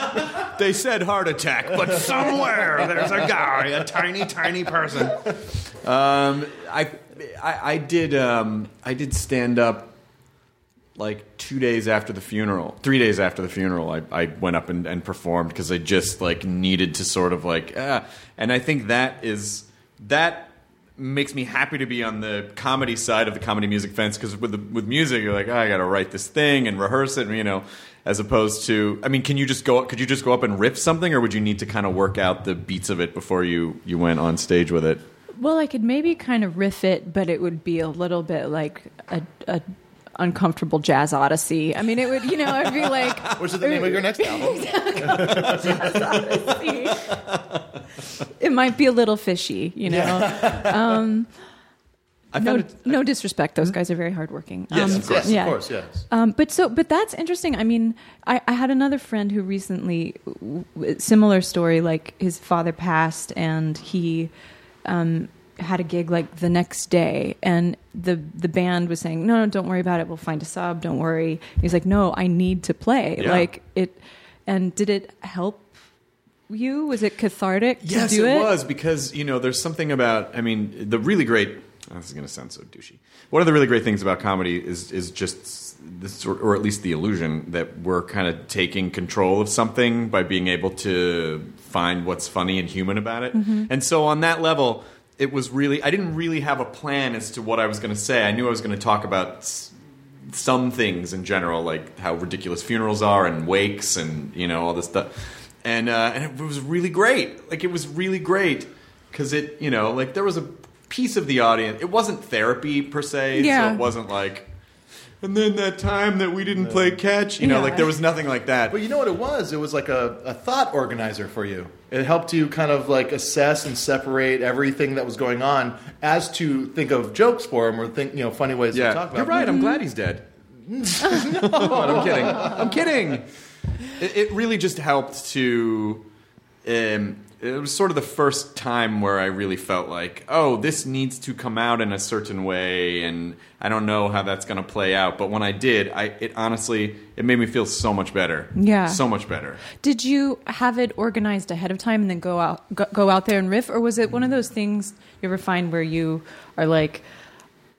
S2: they said heart attack, but somewhere there's a guy, a tiny, tiny person. Um, I, I, I did. Um, I did stand up. Like two days after the funeral, three days after the funeral, I, I went up and, and performed because I just like needed to sort of like, ah. and I think that is that makes me happy to be on the comedy side of the comedy music fence because with the, with music you're like "Ah, I got to write this thing and rehearse it, and, you know, as opposed to I mean, can you just go up? Could you just go up and riff something, or would you need to kind of work out the beats of it before you you went on stage with it?
S3: Well, I could maybe kind of riff it, but it would be a little bit like a, a uncomfortable jazz odyssey. I mean, it would, you know, I'd be like,
S4: Which is the name of your next album?
S3: it might be a little fishy, you know.
S2: I
S3: No,
S2: found it,
S3: no disrespect; those guys are very hardworking.
S2: Yes, of course,
S4: Yes, of course, yes.
S3: Um, but so, but that's interesting. I mean, I, I had another friend who recently w- w- similar story. Like his father passed, and he um, had a gig like the next day, and the the band was saying, "No, no, don't worry about it. We'll find a sub. Don't worry." He's like, "No, I need to play."
S2: Yeah.
S3: Like it, and did it help you? Was it cathartic
S2: yes,
S3: to do
S2: it,
S3: it?
S2: was because you know there's something about I mean the really great. oh, this is going to sound so douchey. One of the really great things about comedy is is just this sort, or at least the illusion that we're kind of taking control of something by being able to find what's funny and human about it. And so on that level, it was really I didn't really have a plan as to what I was going to say. I knew I was going to talk about. s- some things in general, like how ridiculous funerals are and wakes and you know all this stuff. And uh, and it was really great. Like it was really great because it you know like there was a piece of the audience. It wasn't therapy per se.
S3: Yeah.
S2: So it wasn't like. And then that time that we didn't play catch, you know,
S3: Yeah.
S2: like there was nothing like that.
S4: But you know what it was? It was like a, a thought organizer for you. It helped you kind of like assess and separate everything that was going on as to think of jokes for him or think, you know, funny ways
S2: yeah,
S4: to talk about
S2: you're
S4: it.
S2: right. I'm glad he's dead. no, I'm kidding. I'm kidding. It, it really just helped to. Um, it was sort of the first time where I really felt like, oh, this needs to come out in a certain way, and I don't know how that's going to play out. But when I did, I it honestly it made me feel so much better.
S3: Yeah.
S2: so much better.
S3: Did you have it organized ahead of time and then go out go, go out there and riff, or was it one of those things you ever find where you are like,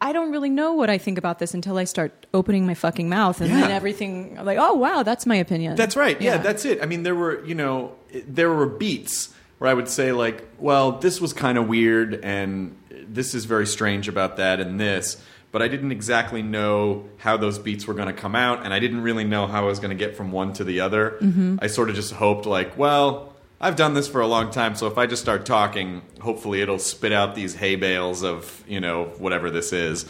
S3: I don't really know what I think about this until I start opening my fucking mouth, and then
S2: Yeah.
S3: everything like, oh wow, that's my opinion.
S2: That's right. Yeah, that's it. I mean, there were you know there were beats where I would say like, well, this was kind of weird, and this is very strange about that, and this. But I didn't exactly know how those beats were going to come out, and I didn't really know how I was going to get from one to the other. I sort of just hoped, like, well, I've done this for a long time, so if I just start talking, hopefully it'll spit out these hay bales of you know whatever this is.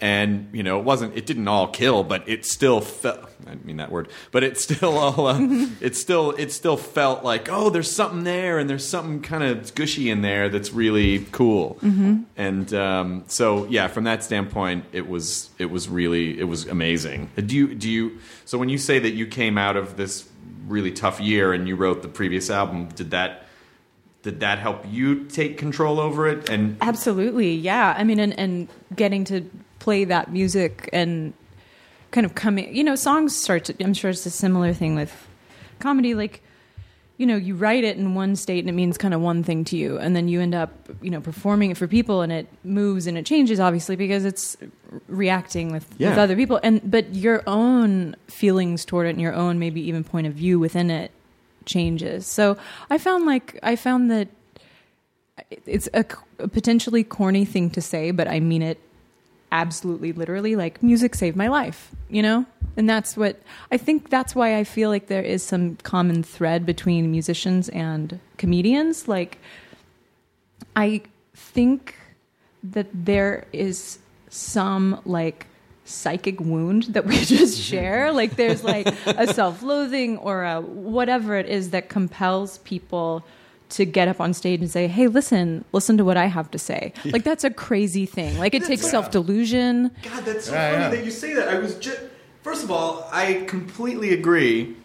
S2: And you know, it wasn't. It didn't all kill, but it still felt. I didn't mean that word, but it still all. Uh, it still. It still felt like oh, there's something there, and there's something kind of gushy in there that's really cool. And um, so yeah, from that standpoint, it was. It was really. It was amazing. Do you? Do you? So when you say that you came out of this really tough year and you wrote the previous album did that did that help you take control over it and
S3: Absolutely, yeah. I mean, and, and getting to play that music and kind of coming, you know, songs start to, I'm sure it's a similar thing with comedy. Like, you know, you write it in one state and it means kind of one thing to you, and then you end up, you know, performing it for people, and it moves and it changes, obviously, because it's reacting with,
S2: Yeah.
S3: with other people. And but your own feelings toward it, and your own maybe even point of view within it, changes. So I found like I found that it- it's a, c- a potentially corny thing to say, but I mean it absolutely literally. Like music saved my life, you know, and that's what I think. That's why I feel like there is some common thread between musicians and comedians. Like I think that there is some like psychic wound that we
S2: Mm-hmm.
S3: just share. like there's like a self loathing or a whatever it is that compels people to get up on stage and say, Hey, listen, listen to what I have to say. Like that's a crazy thing. Like it takes self delusion.
S2: God, that's so
S4: Yeah,
S2: funny
S4: yeah.
S2: that you say that. I was just first of all, I completely agree,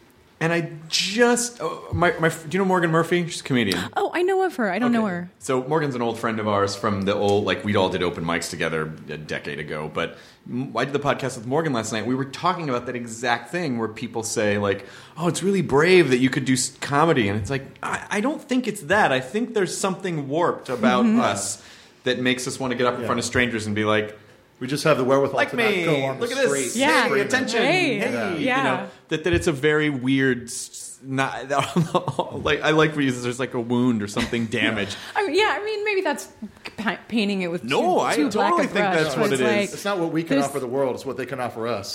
S2: and I just oh, my my. Do you know Morgan Murphy? She's a comedian.
S3: Oh, I know of her. I don't know
S2: Okay.
S3: her.
S2: So Morgan's an old friend of ours from the old, like we all did open mics together a decade ago. But m- I did the podcast with Morgan last night. We were talking about that exact thing where people say like, "Oh, it's really brave that you could do s- comedy," and it's like, I, I don't think it's that. I think there's something warped about
S3: Mm-hmm.
S2: us that makes us want to get up in front of strangers and be like.
S4: We just have the wherewithal
S2: Like
S4: to
S2: me,
S4: not go on
S2: look
S4: the
S2: at
S4: street.
S2: this.
S3: Yeah.
S2: Hey, attention.
S3: Hey.
S2: Hey.
S3: Yeah.
S2: You know, that, that it's a very weird. s- Not like I like when you says there's like a wound or something damaged.
S3: I mean, yeah, I mean, maybe that's pa- painting it with
S2: No,
S3: too,
S2: I
S3: too black
S2: totally
S3: a
S2: think
S3: brush,
S2: that's
S3: but
S2: what
S3: it's
S2: it is.
S3: like-
S4: It's not what we can
S3: There's-
S4: offer the world; it's what they can offer us.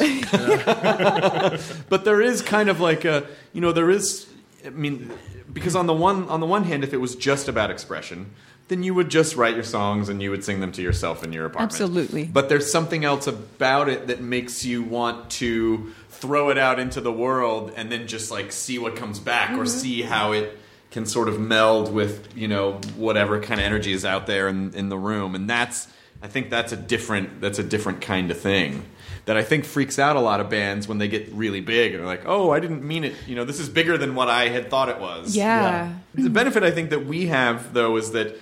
S2: but there is kind of like a you know there is i mean because on the one on the one hand if it was just about expression then you would just write your songs and you would sing them to yourself in your apartment
S3: Absolutely.
S2: but there's something else about it that makes you want to throw it out into the world and then just like see what comes back or see how it can sort of meld with you know whatever kind of energy is out there in, in the room and that's i think that's a different that's a different kind of thing that i think freaks out a lot of bands when they get really big and they're like oh i didn't mean it you know this is bigger than what i had thought it was
S3: yeah.
S2: the benefit I think that we have though is that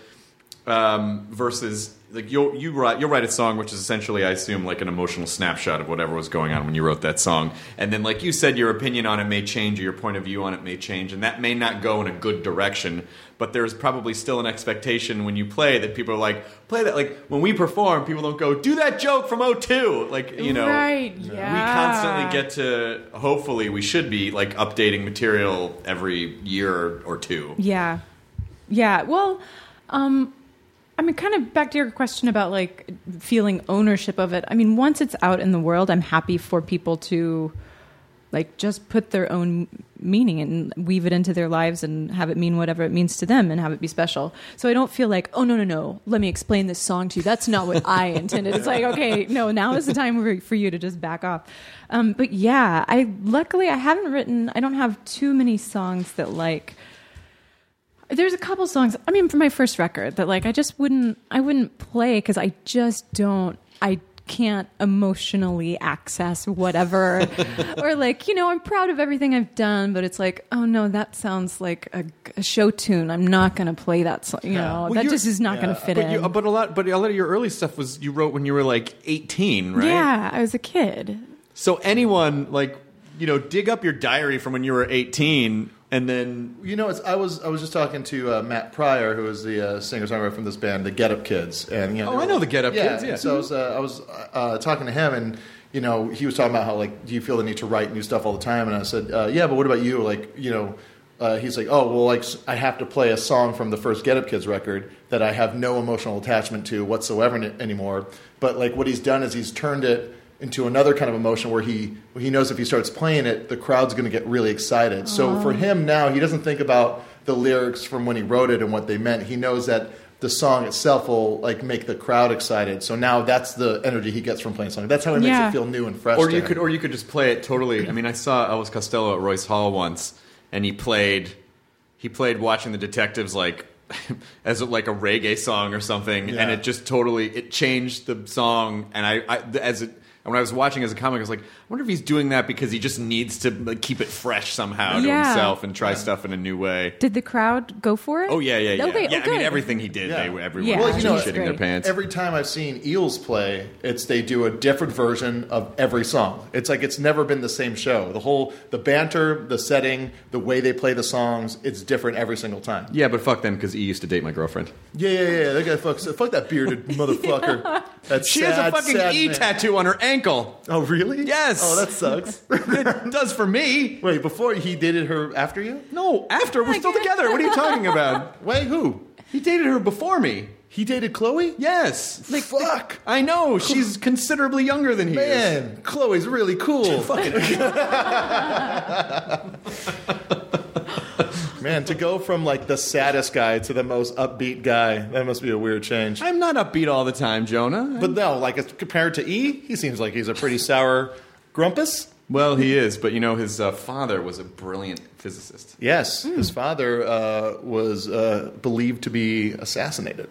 S2: um, versus like you'll you write you'll write a song which is essentially I assume like an emotional snapshot of whatever was going on when you wrote that song, and then like you said, your opinion on it may change, or your point of view on it may change, and that may not go in a good direction. But there is probably still an expectation when you play that people are like play that like when we perform, people don't go do that joke from O2 like you know
S3: Right,
S2: we
S3: yeah.
S2: constantly get to hopefully we should be like updating material every year or two.
S3: Yeah. Yeah. Well, um, I mean, kind of back to your question about like feeling ownership of it. I mean, once it's out in the world, I'm happy for people to like just put their own meaning and weave it into their lives and have it mean whatever it means to them and have it be special. So I don't feel like, oh no no no, let me explain this song to you. That's not what I intended. It's like, okay, no, now is the time for- for you to just back off. Um, but yeah, I luckily I haven't written. I don't have too many songs that like there's a couple songs i mean from my first record that like i just wouldn't i wouldn't play because i just don't i can't emotionally access whatever or like you know i'm proud of everything i've done but it's like oh no that sounds like a, a show tune i'm not going to play that song you know
S2: Well,
S3: that
S2: you're-
S3: just is not going to fit
S2: But,
S3: in
S2: you, but a lot, but a lot of your early stuff was you wrote when you were like eighteen, right?
S3: yeah i was a kid
S2: So anyone like you know dig up your diary from when you were eighteen, and then
S4: You know, it's, I was I was just talking to uh, Matt Pryor, who is the uh, singer songwriter from this band, the Get Up Kids, and you know,
S2: Oh,
S4: they
S2: I
S4: were-
S2: know the Get Up
S4: yeah,
S2: Kids, yeah.
S4: and So I was uh, I was uh, uh, talking to him, and you know, he was talking about how like, do you feel the need to write new stuff all the time? And I said, uh, yeah, but what about you? Like, you know. Uh, he's like, oh well, like s- I have to play a song from the first Get Up Kids record that I have no emotional attachment to whatsoever n- anymore. But like, what he's done is he's turned it into another kind of emotion where he where he knows if he starts playing it, the crowd's going to get really excited. So for him now, he doesn't think about the lyrics from when he wrote it and what they meant. He knows that the song itself will like make the crowd excited. So now that's the energy he gets from playing something. That's how it
S3: Yeah.
S4: makes it feel new and fresh.
S2: or
S4: to
S2: you
S4: him.
S2: could or you could just play it totally. I mean, I saw Elvis Costello at Royce Hall once, and he played he played watching the detectives like. As like a reggae song or something,
S4: Yeah.
S2: and it just totally it changed the song. And I, I as it, And when I was watching as a comic, I was like, I wonder if he's doing that because he just needs to like, keep it fresh somehow to
S3: Yeah.
S2: himself and try stuff in a new way.
S3: Did the crowd go for it?
S2: Oh yeah, yeah, yeah.
S3: Okay,
S2: yeah
S3: oh, good.
S2: I mean, everything he did,
S4: Yeah.
S2: they were everyone
S3: Yeah.
S2: was
S3: Well, you
S2: just
S3: know,
S2: shitting their
S3: great.
S2: pants.
S4: Every time I've seen Eels play, it's they do a different version of every song. It's like it's never been the same show. The whole the banter, the setting, the way they play the songs, it's different every single time.
S2: yeah, but fuck them because he used to date my girlfriend.
S4: Yeah, yeah, yeah. That guy fucks. Fuck that bearded motherfucker. That's
S2: She
S4: sad,
S2: has a
S4: sad
S2: fucking E
S4: man.
S2: tattoo on her ankle.
S4: Oh, really?
S2: Yes.
S4: Oh, that sucks.
S2: It does for me.
S4: Wait, before he dated her after you?
S2: No, after we're still together. What are you talking about?
S4: Wait, who?
S2: He dated her before me.
S4: He dated Chloe?
S2: Yes. Like
S4: Fuck.
S2: I know she's considerably younger than he is.
S4: Man, Chloe's really cool. Man, to go from like the saddest guy to the most upbeat guy, that must be a weird change.
S2: I'm not upbeat all the time, Jonah.
S4: But no, like as compared to E, he seems like he's a pretty sour grumpus.
S2: Well, he is, but you know his uh, father was a brilliant physicist.
S4: Yes, his father uh, was uh, believed to be assassinated.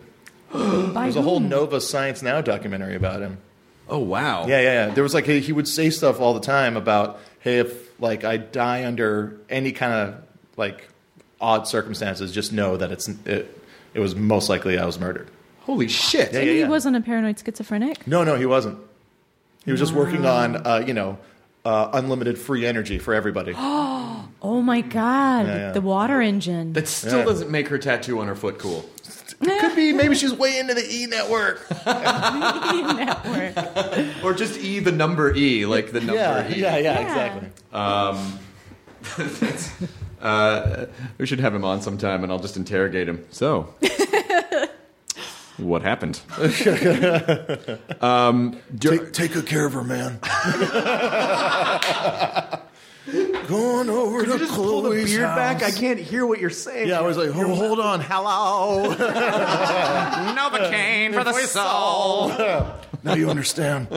S4: There's a whole Nova Science Now documentary about him.
S2: Oh wow.
S4: Yeah, yeah, yeah. There was like he, he would say stuff all the time about, hey, if like I die under any kind of like odd circumstances, just know that it's it, it was most likely I was murdered.
S2: Holy shit.
S4: yeah,
S3: He
S4: yeah.
S3: wasn't a paranoid schizophrenic.
S4: No, no, he wasn't. He was just working on uh, you know uh, unlimited free energy for everybody.
S3: Oh my god,
S4: Yeah, yeah.
S3: the water engine.
S2: That still
S4: Yeah.
S2: doesn't make her tattoo on her foot cool.
S4: Could be maybe she's way into the E network.
S3: network.
S2: Or just E the number E, like the number
S4: Yeah,
S2: E.
S4: yeah, yeah, exactly.
S2: Uh, we should have him on sometime and I'll just interrogate him. So, what happened? um, dur-
S4: take good care of her, man. Going over
S2: Could you just pull the beard back? I can't hear what you're saying.
S4: Yeah, I was like, oh, hold on, hello.
S2: Novocaine for the soul.
S4: now you understand.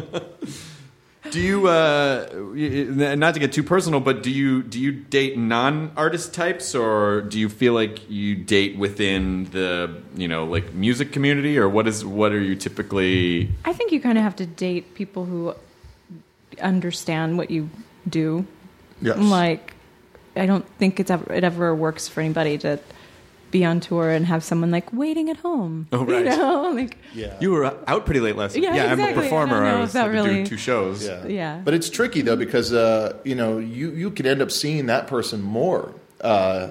S2: Do you, uh, y- y- not to get too personal, but do you do you date non-artist types, or do you feel like you date within the you know like music community, or what is what are you typically?
S3: I think you kind of have to date people who understand what you do.
S4: Yes.
S3: Like, I don't think it's ever, it ever works for anybody to be on tour and have someone like waiting at home.
S2: Oh, right.
S3: You know, like
S4: yeah.
S2: You were out pretty late last night.
S3: Yeah,
S2: I'm a
S3: exactly. I
S2: performer.
S3: don't know if
S2: was
S3: that
S2: had to do
S3: really-
S2: two shows.
S4: yeah.
S3: Yeah.
S4: But it's tricky though because uh, you know you you could end up seeing that person more uh,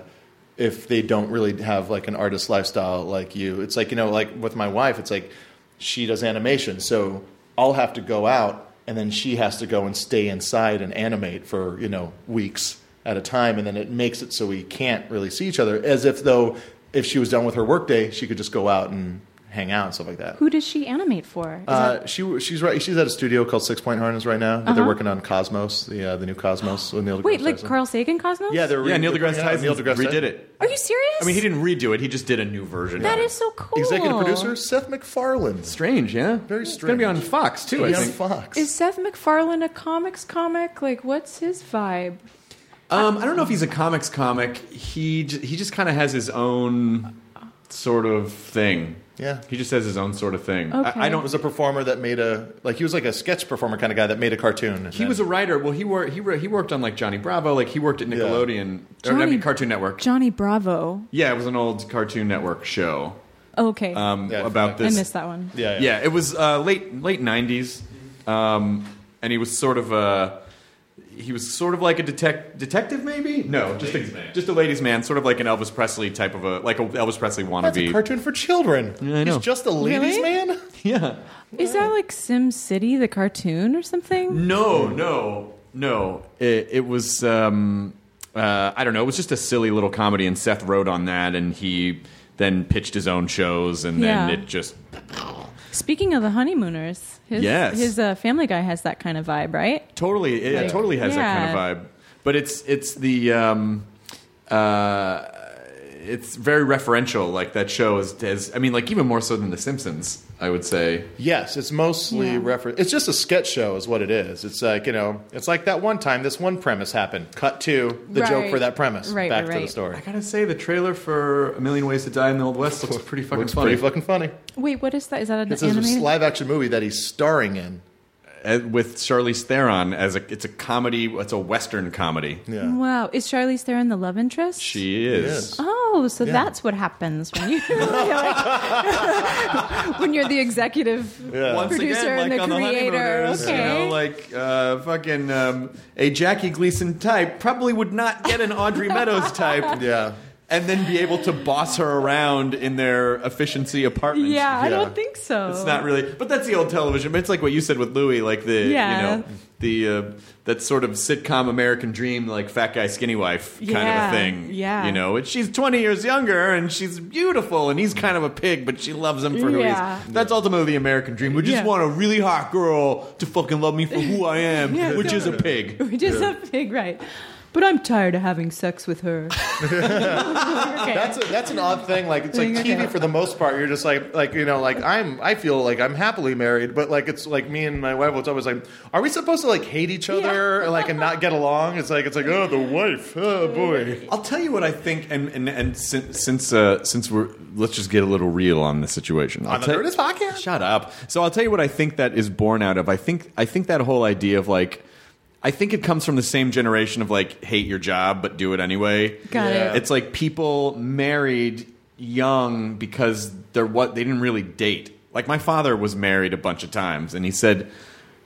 S4: if they don't really have like an artist lifestyle like you. It's like you know like with my wife, it's like she does animation, so I'll have to go out and then she has to go and stay inside and animate for you know weeks at a time, and then it makes it so we can't really see each other. As if though if she was done with her workday, she could just go out and hang out and stuff like that.
S3: who does she animate for? Is that- Uh-huh.
S4: Uh, she she's right. She's at a studio called Six Point Harness right now. But They're working on Cosmos, the uh, the new Cosmos. With Neil
S3: wait,
S4: deGrasse
S3: like
S4: Tyson.
S3: Carl Sagan Cosmos?
S4: Yeah, they're re-
S2: Yeah, Neil
S4: they're
S2: deGrasse
S4: bringing out
S2: Tyson
S4: Neil deGrasse
S2: redid
S4: Tyson.
S2: it.
S3: Are you serious?
S2: I mean, he didn't redo it. He just did a new version.
S3: That
S2: of
S3: is
S2: it.
S3: so cool.
S4: Executive producer Seth McFarlane.
S2: strange. Yeah,
S4: Very
S2: It's gonna be on
S4: strange.
S2: Fox too. I
S4: Young
S2: think.
S4: Fox.
S3: Is Seth MacFarlane a comics comic? Like, what's his vibe?
S2: Um, I don't know if he's a comics comic. He j- he just kind of has his own sort of thing.
S4: Yeah.
S2: he just has his own sort of thing. Uh,
S3: Okay.
S2: I, I
S4: It
S2: don't.
S4: was a performer that made a like he was like a sketch performer kind of guy that made a cartoon. and
S2: he
S4: then-
S2: was a writer. Well, he wor- he wor- he worked on like Johnny Bravo. Like he worked at Nickelodeon. Or, I
S3: Johnny-
S2: mean, Cartoon Network.
S3: Johnny Bravo.
S2: yeah, it was an old Cartoon Network show
S3: Okay,
S2: um,
S4: Yeah,
S2: about
S3: I
S2: this
S3: missed that one.
S4: yeah, yeah.
S2: yeah, it was uh, late late nineties, um, and he was sort of a he was sort of like a detec- detective, maybe no, just a just a ladies' man, sort of like an Elvis Presley type of a like a Elvis Presley
S4: That's a
S2: wannabe.
S4: cartoon for children.
S2: I know.
S4: He's just a ladies'
S3: Really?
S4: man.
S2: yeah,
S3: Is that like Sim City, the cartoon, or something?
S2: no, no, no. It, it was um, uh, I don't know. It was just a silly little comedy, and Seth wrote on that, and he then pitched his own shows, and
S3: Yeah.
S2: then it just
S3: Speaking of the honeymooners, his,
S2: Yes.
S3: his uh, Family Guy has that kind of vibe, right?
S2: Totally, it
S3: Like,
S2: totally has that
S3: yeah.
S2: kind of vibe. But it's it's the um, uh, it's very referential. Like that show is, is, I mean, like even more so than The Simpsons. I would say.
S4: Yes, it's mostly
S3: Yeah.
S4: refer It's just a sketch show, is what it is. It's like you know, it's like that one time this one premise happened. Cut to the joke
S3: Right.
S4: for that premise.
S3: Right,
S4: Back
S3: right,
S4: to the
S3: right.
S4: story.
S2: I gotta say, the trailer for A Million Ways to Die in the Old West looks pretty fucking
S4: Looks
S2: funny.
S4: pretty fucking funny.
S3: Wait, what is that? Is that an
S4: It's a
S3: animated?
S4: live action movie that he's starring in.
S2: uh, with Charlize Theron as a. It's a comedy. It's a western comedy.
S4: Yeah.
S3: Wow, is Charlize Theron the love interest?
S2: She is.
S4: Yes.
S3: Oh, so that's what happens when you when you're the executive
S2: Once
S3: Uh, producer
S2: again, like
S3: and the
S2: on the
S3: creator.
S2: Honeymooners, you
S3: okay.
S2: know, like uh, fucking um, a Jackie Gleason type probably would not get an Audrey Meadows type,
S4: Yeah.
S2: and then be able to boss her around in their efficiency apartments.
S3: yeah, I
S4: Yeah.
S3: don't think so.
S2: It's not really, but that's the old television. But it's like what you said with Louis, like the
S3: Yeah.
S2: you know the uh, that sort of sitcom American dream, like fat guy, skinny wife kind of
S3: Yeah,
S2: a thing.
S3: yeah.
S2: you know, and she's twenty years younger and she's beautiful and he's kind of a pig, but she loves him for who
S3: Yeah.
S2: he is. That's ultimately the American dream. We just
S3: Yeah.
S2: want a really hot girl to fucking love me for who I am,
S3: Yeah,
S2: which is a
S3: totally.
S2: pig.
S3: Which is a big right. But I'm tired of having sex with her. okay.
S4: That's a, that's an odd thing. Like it's like
S3: Okay.
S4: TV for the most part. You're just like like you know like I'm I feel like I'm happily married, but like it's like me and my wife was always like, are we supposed to like hate each other and like and not get along? It's like it's like oh the wife oh boy
S2: I'll tell you what I think, and and, and since since uh, since we're let's just get a little real on this situation. I'll
S4: on the
S2: tell-
S4: Nerdist podcast.
S2: Shut up. So I'll tell you what I think that is born out of. I think I think that whole idea of like I think it comes from the same generation of like hate your job but do it anyway.
S3: Got it.
S2: It's like people married young because they're what they didn't really date. Like my father was married a bunch of times and he said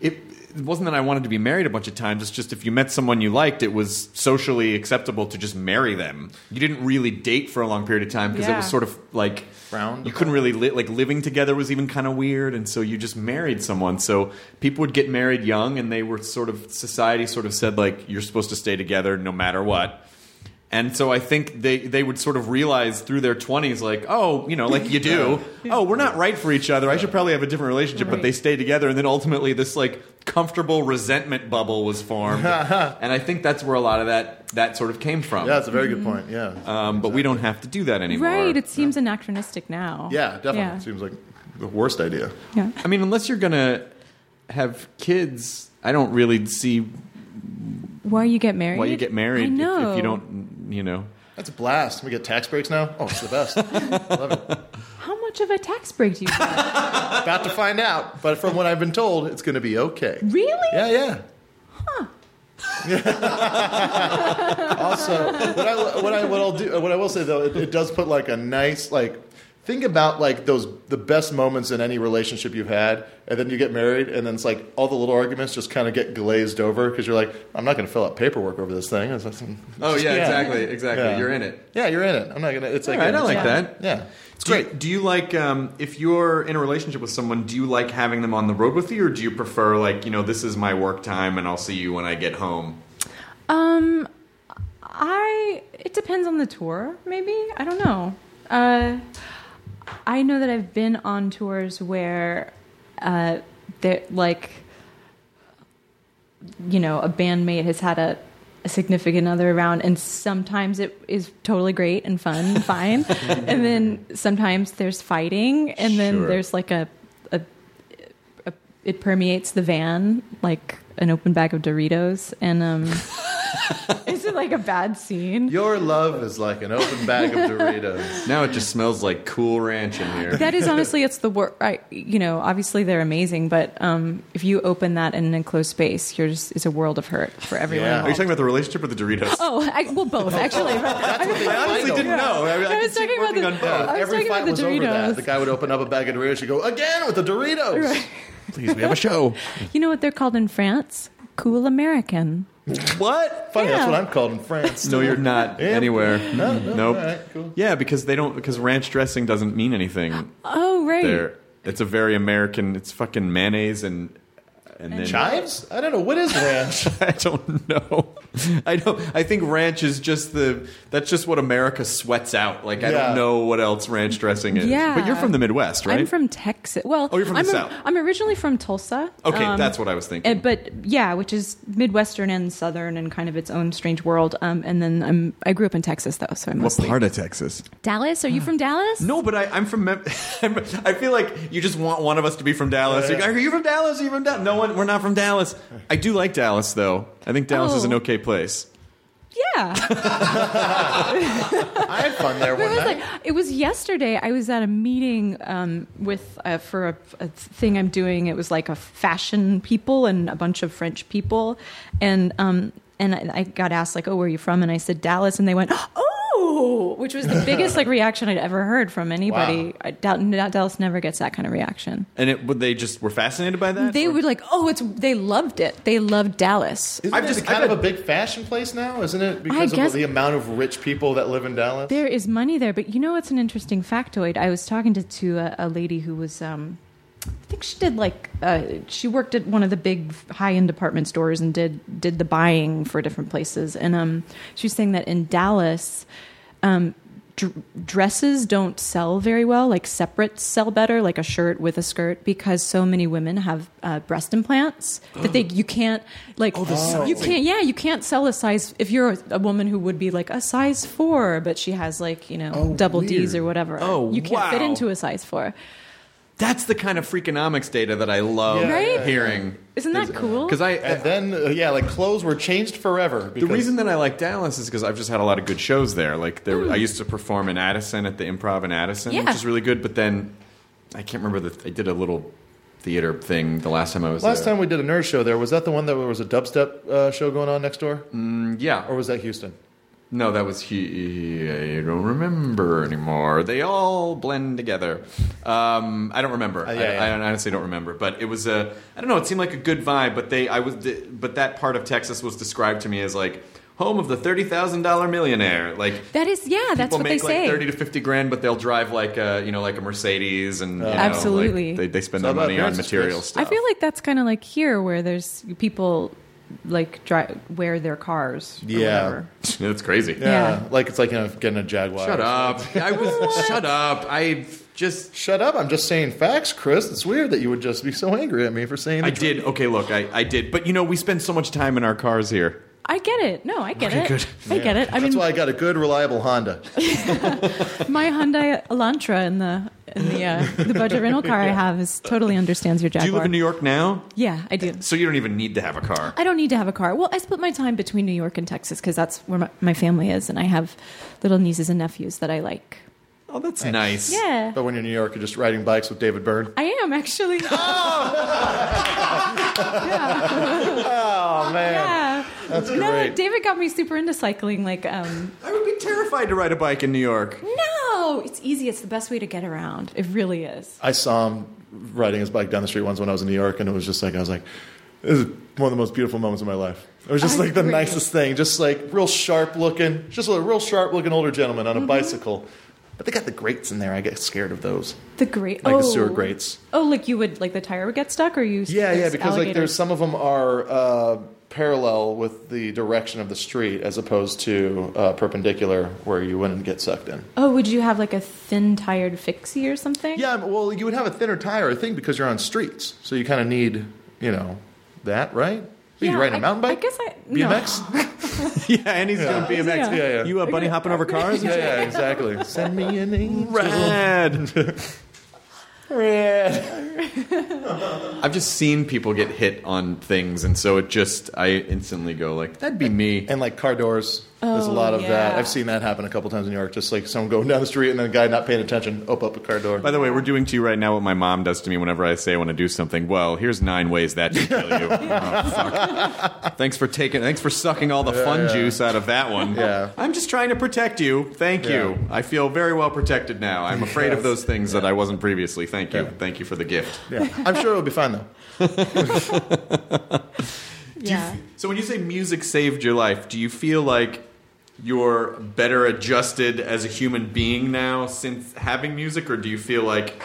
S2: it, it wasn't that I wanted to be married a bunch of times. It's just if you met someone you liked, it was socially acceptable to just marry them. You didn't really date for a long period of time because it
S3: Yeah.
S2: was sort of like
S4: Round
S2: You couldn't really li- like living together was even kind of weird, and so you just married someone. So people would get married young, and they were sort of society sort of said like you're supposed to stay together no matter what. And so I think they, they would sort of realize through their 20s, like, oh, you know, like you do, oh, we're not right for each other. I should probably have a different relationship. But
S3: Right.
S2: they stay together. And then ultimately, this like comfortable resentment bubble was formed. and I think that's where a lot of that, that sort of came from.
S4: Yeah, that's a very good
S3: Mm-hmm.
S4: point. Yeah,
S2: um, but we don't have to do that anymore.
S3: right. It seems anachronistic now.
S4: yeah, definitely
S3: Yeah.
S4: seems like the worst idea.
S3: Yeah.
S2: I mean, unless you're going to have kids, I don't really see
S3: Why you get married?
S2: why you get
S3: I
S2: married if-
S3: know.
S2: if you don't, you know.
S4: That's a blast. We get tax breaks now. Oh, it's the best. Love it.
S3: How much of a tax break do you get?
S4: About to find out, but from what I've been told, it's going to be okay.
S3: really?
S4: Yeah, yeah. Huh. also, what I what I what I'll do what I will say though, it, it does put like a nice like think about like those the best moments in any relationship you've had, and then you get married, and then it's like all the little arguments just kind of get glazed over because you're like, I'm not going to fill out paperwork over this thing. It's like-
S2: Oh, yeah, exactly. Exactly.
S4: Yeah.
S2: You're in it.
S4: Yeah, you're in it. I'm not gonna. It's like
S2: All right, I
S4: it's
S2: like
S4: fine.
S2: that.
S4: Yeah, it's
S2: Do you-
S4: great.
S2: Do you, like um, if you're in a relationship with someone? Do you like having them on the road with you, or do you prefer like you know this is my work time and I'll see you when I get home?
S3: Um, I it depends on the tour. Maybe I don't know. Uh, I know that I've been on tours where, uh, that like, you know, a bandmate has had a. A significant other around, and sometimes it is totally great and fun and fine. and then sometimes there's fighting, and then
S2: Sure.
S3: there's like a, a it permeates the van like an open bag of Doritos, and um, is it like a bad scene?
S4: Your love is like an open bag of Doritos.
S2: Now it just smells like Cool Ranch in here.
S3: That is honestly, it's the worst. You know, obviously they're amazing, but um, if you open that in an enclosed space, you're just it's a world of hurt for everyone.
S4: Yeah.
S2: Are you
S3: involved.
S2: talking about the relationship or the Doritos?
S3: Oh, I, well, both actually. I, mean,
S2: I honestly didn't know. I, mean, I
S3: I was
S2: could see
S3: talking
S2: working
S3: about the-
S2: on both.
S3: I was
S4: Every
S3: talking
S4: fight
S3: about the
S4: was over that.
S3: Doritos.
S4: The guy would open up a bag of Doritos. She'd go again with the Doritos.
S2: Please, we have a show.
S3: you know what they're called in France? Cool American.
S2: what?
S4: Funny, that's
S3: Yeah.
S4: what I'm called in France.
S2: No, you're not anywhere.
S4: No, no,
S2: nope.
S4: all right, cool.
S2: Yeah, because they don't because ranch dressing doesn't mean anything
S3: Oh, right.
S2: there. It's a very American. It's fucking mayonnaise and and then
S4: Chives? I don't know what is ranch.
S2: I don't know. I don't. I think ranch is just the. That's just what America sweats out. Like I
S4: Yeah.
S2: don't know what else ranch dressing is.
S3: Yeah.
S2: But you're from the Midwest, right?
S3: I'm from Texas. Well,
S2: Oh, you're from the
S3: I'm a-
S2: South.
S3: I'm originally from Tulsa.
S2: Okay,
S3: Um,
S2: that's what I was thinking.
S3: Uh, but yeah, which is midwestern and southern and kind of its own strange world. Um, and then I'm, I grew up in Texas though, so I'm mostly
S2: of Texas?
S3: Dallas. Are you from Dallas?
S2: No, but I, I'm from. Mem- I'm, I feel like you just want one of us to be from Dallas.
S4: Yeah, yeah.
S2: Are you from Dallas? Are you from Dallas? No one. We're not from Dallas. I do like Dallas, though. I think Dallas is an
S3: Oh.
S2: okay place.
S3: Yeah, yeah.
S4: I had fun there
S3: It
S4: one
S3: was
S4: night.
S3: like it was yesterday. I was at a meeting um, with uh, for a, a thing I'm doing. It was like a fashion people and a bunch of French people, and um, and I, I got asked like, "Oh, where are you from?" And I said Dallas, and they went, "Oh," which was the biggest like reaction I'd ever heard from anybody.
S4: Wow.
S3: I doubt Dallas never gets that kind of reaction.
S2: And it, but they just were fascinated by that.
S3: They
S2: Or-
S3: were like, "Oh, it's." They loved it. They loved Dallas.
S4: Isn't
S2: I've
S4: it
S2: just-
S4: kind
S2: I've
S4: of a big fashion place now, isn't it? Because
S3: guess-
S4: of the amount of rich people that live in Dallas.
S3: There is money there, but you know it's an interesting factoid. I was talking to, to a, a lady who was, um, I think she did like uh, she worked at one of the big high end department stores and did did the buying for different places, and um, she was saying that in Dallas. Um, dr- dresses don't sell very well like separates sell better like a shirt with a skirt because so many women have uh, breast implants that they you can't like you can't yeah you can't sell a size if you're a, a woman who would be like a size 4 but she has like you know double D's or whatever
S2: Oh,
S3: you can't fit
S2: wow.
S3: into a size 4
S2: That's the kind of freakonomics data that I love
S4: Yeah,
S3: Right?
S2: hearing.
S3: Isn't that cool?
S2: Because I,
S4: and then, uh, yeah, like clothes were changed forever.
S2: the
S4: Because,
S2: reason that I like Dallas is because I've just had a lot of good shows there. Like there, I used to perform in Addison at the Improv in Addison,
S3: Hmm. Yeah.
S2: which is really good. But then I can't remember that I did a little theater thing the last time I was
S4: last
S2: there.
S4: time we did a nerd show there, was that the one that there was a dubstep uh, show going on next door,
S2: time, yeah,
S4: or was that Houston?
S2: No, that was he. I don't remember anymore. They all blend together. Um, I don't remember.
S4: Uh, yeah,
S2: I,
S4: yeah.
S2: I honestly don't remember. But it was a. I don't know. It seemed like a good vibe. But they. I was. But that part of Texas was described to me as like home of the thirty thousand dollar millionaire. Like
S3: that is yeah that's
S2: people
S3: what they
S2: make like
S3: say
S2: thirty to fifty grand, but they'll drive like a you know like a Mercedes and you know, like,
S3: Absolutely.
S2: they, they spend
S4: It's all
S2: their
S4: about
S2: money on
S4: appearances,
S2: material
S4: Chris.
S2: stuff.
S3: I feel like that's kind of like here where there's people like dri- wear their cars or
S4: Yeah.
S3: whatever.
S2: that's crazy.
S3: Yeah.
S4: like it's like you know getting a Jaguar.
S2: Shut up! I was shut up. I just
S4: Shut up! I'm just saying facts, Chris. It's weird that you would just be so angry at me for saying. The
S2: I
S4: truth.
S2: did. Okay, look, I, I did. But you know, we spend so much time in our cars here.
S3: I get it. No, I get it.
S2: good.
S3: I get it. I
S4: That's
S3: mean,
S4: why I got a good, reliable Honda.
S3: my Hyundai Elantra in the in the uh, the budget rental car I have is totally understands your Jaguar.
S2: Do you live in New York now?
S3: Yeah, I do.
S2: So you don't even need to have a car.
S3: I don't need to have a car. Well, I split my time between New York and Texas because that's where my, my family is, and I have little nieces and nephews that I like.
S2: Oh, that's nice.
S3: Yeah,
S4: but when you're in New York, you're just riding bikes with David Byrne.
S3: I am actually. Oh,
S4: Oh man,
S3: yeah. That's no,
S4: great.
S3: David got me super into cycling. Like, um,
S2: I would be terrified to ride a bike in New York.
S3: no, it's easy. It's the best way to get around. It really is.
S4: I saw him riding his bike down the street once when I was in New York, and it was just like I was like, this is one of the most beautiful moments of my life. It was just
S3: I
S4: like the
S3: agree.
S4: nicest thing, just like real sharp looking, just a real sharp looking older gentleman
S3: Mm-hmm.
S4: on a bicycle. But they got the grates in there. I get scared of those,
S3: The great,
S4: like
S3: oh.
S4: the sewer grates.
S3: Oh, like you would like the tire would get stuck, or you?
S4: Yeah, yeah,
S3: there's
S4: because like there's
S3: alligators.
S4: some of them are uh, parallel with the direction of the street as opposed to uh, perpendicular where you wouldn't get sucked in.
S3: Oh, would you have like a thin tired fixie or something?
S4: Yeah, well, you would have a thinner tire, I think, because you're on streets, so you kind of need, you know, that, right? Are
S3: Yeah,
S4: you riding a
S3: I-
S4: mountain bike?
S3: I guess I- no.
S4: BMX.
S2: yeah, and he's doing BMX.
S4: Yeah, yeah.
S2: You uh, bunny hopping over cars?
S4: yeah, yeah, exactly. Send me an angel.
S2: Rad. I've just seen people get hit on things, and so it just I instantly go like, that'd be me.
S4: And like car doors, there's a lot of that.
S3: Oh, yeah.
S4: I've seen that happen a couple times in New York. Just like someone going down the street and then a guy not paying attention, op up a car door.
S2: By the way, we're doing to you right now what my mom does to me whenever I say I want to do something. Well, here's nine ways that should kill you. Oh, fuck. Thanks for taking. Thanks for sucking all the fun juice out of that one.
S4: Yeah.
S2: I'm just trying to protect you. Thank you.
S4: Yeah.
S2: I feel very well protected now. I'm afraid of those things that I wasn't previously. Thank you. Thank you for the gift.
S4: yeah. I'm sure it'll be fine though.
S3: yeah.
S2: So when you say music saved your life, do you feel like you're better adjusted as a human being now since having music, or do you feel like,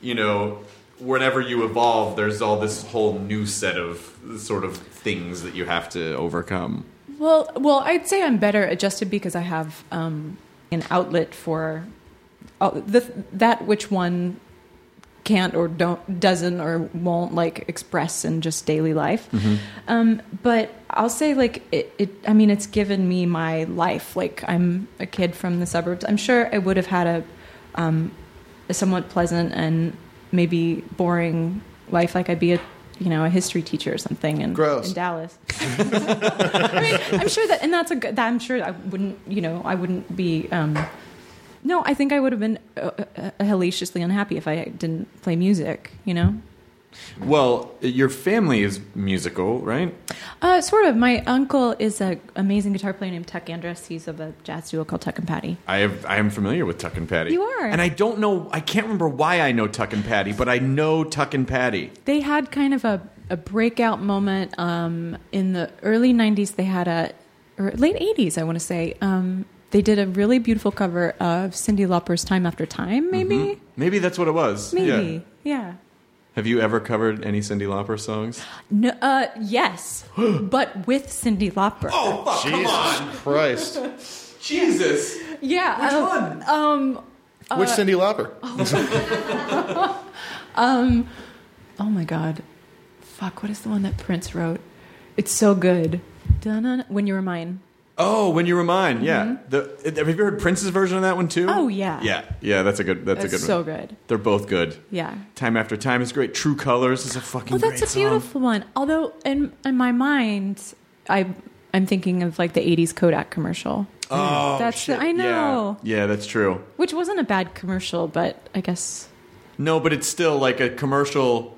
S2: you know, whenever you evolve, there's all this whole new set of sort of things that you have to overcome?
S3: Well, well, I'd say I'm better adjusted because I have um, an outlet for uh, the, that which one can't or don't doesn't or won't like express in just daily life. Um, but I'll say like it, it. I mean, it's given me my life. Like I'm a kid from the suburbs. I'm sure I would have had a um, a somewhat pleasant and maybe boring life like I'd be a you know, a history teacher or something in,
S4: Gross.
S3: in Dallas. I mean, I'm sure that, and that's a good, that I'm sure I wouldn't, you know, I wouldn't be, um, no, I think I would have been uh, uh, hellaciously unhappy if I didn't play music, you know?
S2: Well, your family is musical, right?
S3: Uh, sort of. My uncle is an amazing guitar player named Tuck Andress. He's of a jazz duo called Tuck and Patty.
S2: I have, I am familiar with Tuck and Patty.
S3: You are.
S2: and I don't know. I can't remember why I know Tuck and Patty, but I know Tuck and Patty.
S3: They had kind of a, a breakout moment um, in the early 90s. They had a, or late 80s, I want to say. Um, they did a really beautiful cover of Cindy Lauper's Time After Time, maybe?
S2: Maybe that's what it was. Mm-hmm. Yeah.
S3: Maybe. Yeah.
S2: Have you ever covered any Cindy Lauper songs?
S3: No, uh, yes, but with Cindy Lauper.
S2: Oh fuck!
S4: Jesus Christ.
S2: Jesus.
S3: yeah. uh, Um,
S4: Which Cindy Lauper?
S3: Oh my god. Fuck, what is the one that Prince wrote? It's so good. Dun-dun- When you were mine.
S2: Oh, when you were mine. Yeah. The, have you ever heard Prince's version of that one too?
S3: Mm-hmm. Oh, yeah.
S2: Yeah. Yeah. That's a good. That's,
S3: That's
S2: a good
S3: so
S2: one.
S3: good.
S2: They're both good.
S3: Yeah.
S2: Time after time is great. True Colors is a fucking.
S3: Oh, that's
S2: great
S3: a beautiful one. Although in in my mind, I I'm thinking of like the 80s Kodak commercial.
S2: Song. Oh,
S3: That's the-
S2: shit.
S3: I know.
S2: Yeah. yeah, that's true.
S3: Which wasn't a bad commercial, but I guess
S2: No, but it's still like a commercial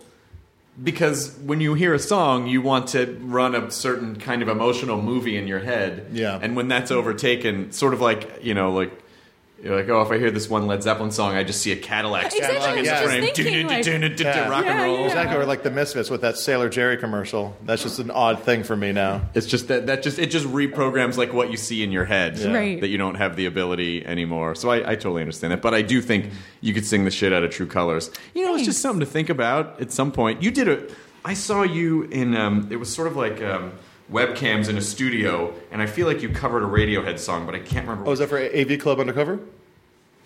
S2: because when you hear a song, you want to run a certain kind of emotional movie in your head.
S4: Yeah.
S2: And when that's overtaken, sort of like, you know, like you're like, oh, if I hear this one Led Zeppelin song, I just see a Cadillac
S3: Exactly,
S2: scratching
S4: I
S2: in
S4: was
S3: just
S2: the
S3: thinking, like-
S2: frame.
S4: Yeah.
S2: Rock and
S3: Yeah,
S2: roll.
S3: yeah.
S4: Exactly, or like the Misfits with that Sailor Jerry commercial. That's just an odd thing for me now.
S2: It's just that that just it just reprograms like what you see in your head
S3: Right.
S2: that you don't have the ability anymore. So I, I totally understand that, but I do think you could sing the shit out of True Colors. You know, it's just something to think about at some point. You did a, I saw you in um, it was sort of like um, webcams in a studio, and I feel like you covered a Radiohead song, but I can't remember.
S4: Oh, is that for AV Club Undercover?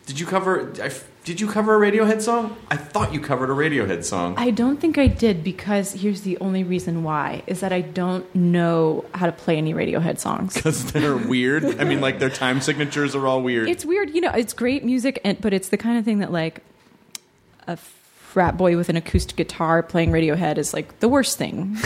S2: did you cover? I f did you cover a Radiohead song? I thought you covered a Radiohead song.
S3: I don't think I did because here's the only reason why is that I don't know how to play any Radiohead songs.
S2: because they're weird. I mean, like their time signatures are all weird.
S3: It's weird, you know. It's great music, and, but it's the kind of thing that like a frat boy with an acoustic guitar playing Radiohead is like the worst thing.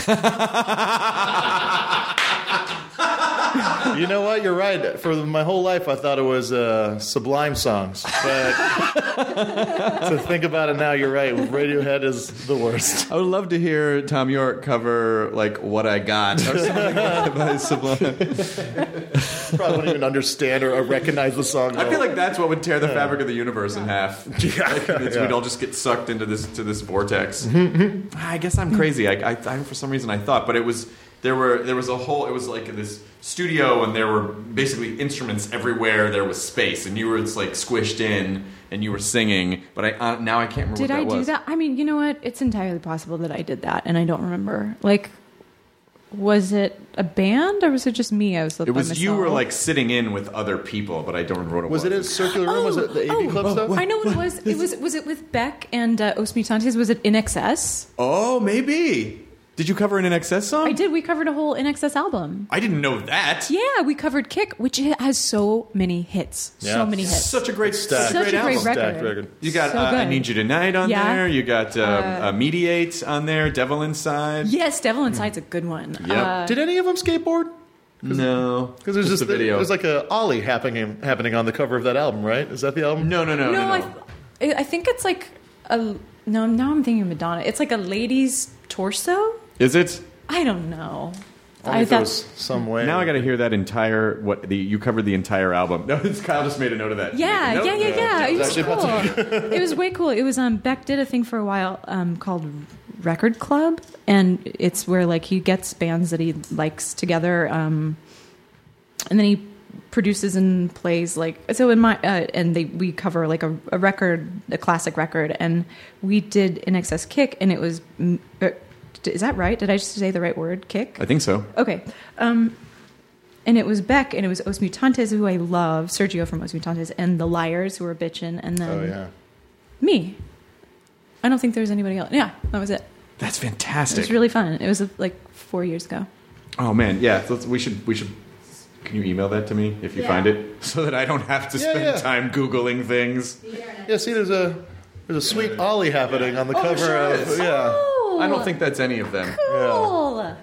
S4: You know what? You're right. For my whole life, I thought it was uh, Sublime songs, but to think about it now, you're right. Radiohead is the worst.
S2: I would love to hear Tom York cover like "What I Got" or something by Sublime.
S4: Probably wouldn't even understand or, or recognize the song. at
S2: I feel
S4: all.
S2: like that's what would tear the fabric of the universe in half. Like, it's- We'd all just get sucked into this to this vortex.
S4: Mm-hmm,
S2: I guess I'm crazy. I, I, I, for some reason, I thought, but it was there were there was a whole. It was like this studio, and there were basically instruments everywhere. There was space, and you were just like squished in, and you were singing. But I uh, now I can't remember.
S3: did
S2: what
S3: I
S2: that
S3: do
S2: was.
S3: that? I mean, you know what? It's entirely possible that I did that, and I don't remember. Like, was it a band or was it just me? I was
S2: It was you were like sitting in with other people, but I don't remember what it
S4: was
S2: was.
S4: it a circular room? was it the AV Club stuff?
S3: Oh, I know what it was. It was was it with Beck and uh, Os Mutantes? Was it In Excess?
S2: Oh, maybe. Did you cover an NXS song?
S3: I did. We covered a whole In Excess album.
S2: I didn't know that.
S3: Yeah, we covered Kick, which has so many hits.
S4: Yeah.
S3: So many hits.
S2: Such a great,
S4: Stacked.
S2: such
S3: Such
S2: a great
S3: a
S2: album.
S3: great record.
S4: Stacked record.
S2: You got
S3: So
S2: uh, I
S3: good.
S2: Need You Tonight on
S3: Yeah.
S2: there. You got uh, uh, Mediate on there. Devil Inside.
S3: Yes, Devil Inside's a good one.
S2: Yep.
S4: Did any of them skateboard?
S2: no.
S4: Because there's
S2: Just
S4: just
S2: the video.
S4: there's like a ollie happening happening on the cover of that album, right? Is that the album?
S2: no, no, no, no,
S3: no,
S2: no.
S3: I, th- I think it's like a. No, now I'm thinking of Madonna. It's like a lady's torso?
S2: Is it?
S3: I don't know.
S4: Only
S3: I
S4: if there
S3: thought.
S4: was some way.
S2: Now I got to hear that entire what the you covered the entire album. No, Kyle just made a note of that.
S3: yeah,
S2: Make a
S3: yeah,
S2: note.
S3: yeah, yeah. It was
S4: actually
S3: cool. it was way cool. It was um Beck did a thing for a while um called Record Club, and it's where like he gets bands that he likes together, um, and then he produces and plays like so in my uh, and they we cover like a, a record a classic record and we did an excess kick and it was mm, uh, is that right did i just say the right word kick
S2: I think so.
S3: Okay. Um, and it was Beck, and it was Os Mutantes, who I love, Sergio from Os Mutantes, and the Liars, who were bitchin', and then
S4: Oh yeah.
S3: me. I don't think there was anybody else. Yeah, that was it.
S2: That's
S3: It
S2: fantastic.
S3: was really fun. It was uh, like four years ago.
S2: Oh man, yeah. so Let's, we should. We should. Can you email that to me if you
S3: Yeah.
S2: find it, so that I don't have to
S4: Yeah,
S2: spend
S4: yeah.
S2: time googling things?
S4: Yeah. See, there's a there's a sweet ollie happening on the cover
S2: sure
S4: of
S2: is.
S4: yeah.
S3: Oh, Cool.
S2: I don't think that's any of them.
S3: Cool.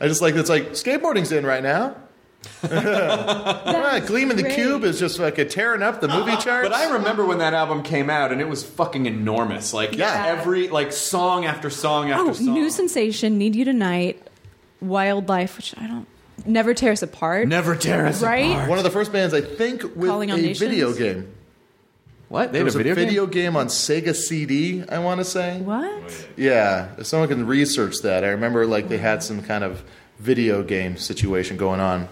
S4: I just like it's like skateboarding's in right now. yeah, Gleam in the
S3: great.
S4: Cube is just like tearing up the movie charts.
S2: But I remember when that album came out, and it was fucking enormous. Like
S4: Yeah.
S2: every like song after song after
S3: Oh,
S2: song.
S3: new sensation. Need you tonight. Wildlife, which I don't. Never tear us apart.
S2: Never tear us
S3: Right?
S2: apart.
S4: one of the first bands I think with
S3: Calling
S4: a
S3: on Nations?
S4: video game.
S2: What? They
S4: There
S2: had
S4: was
S2: a video,
S4: on Sega CD. I want to say.
S2: Oh,
S3: What?
S4: Yeah, if someone can research that, I remember like they had some kind of video game situation going on.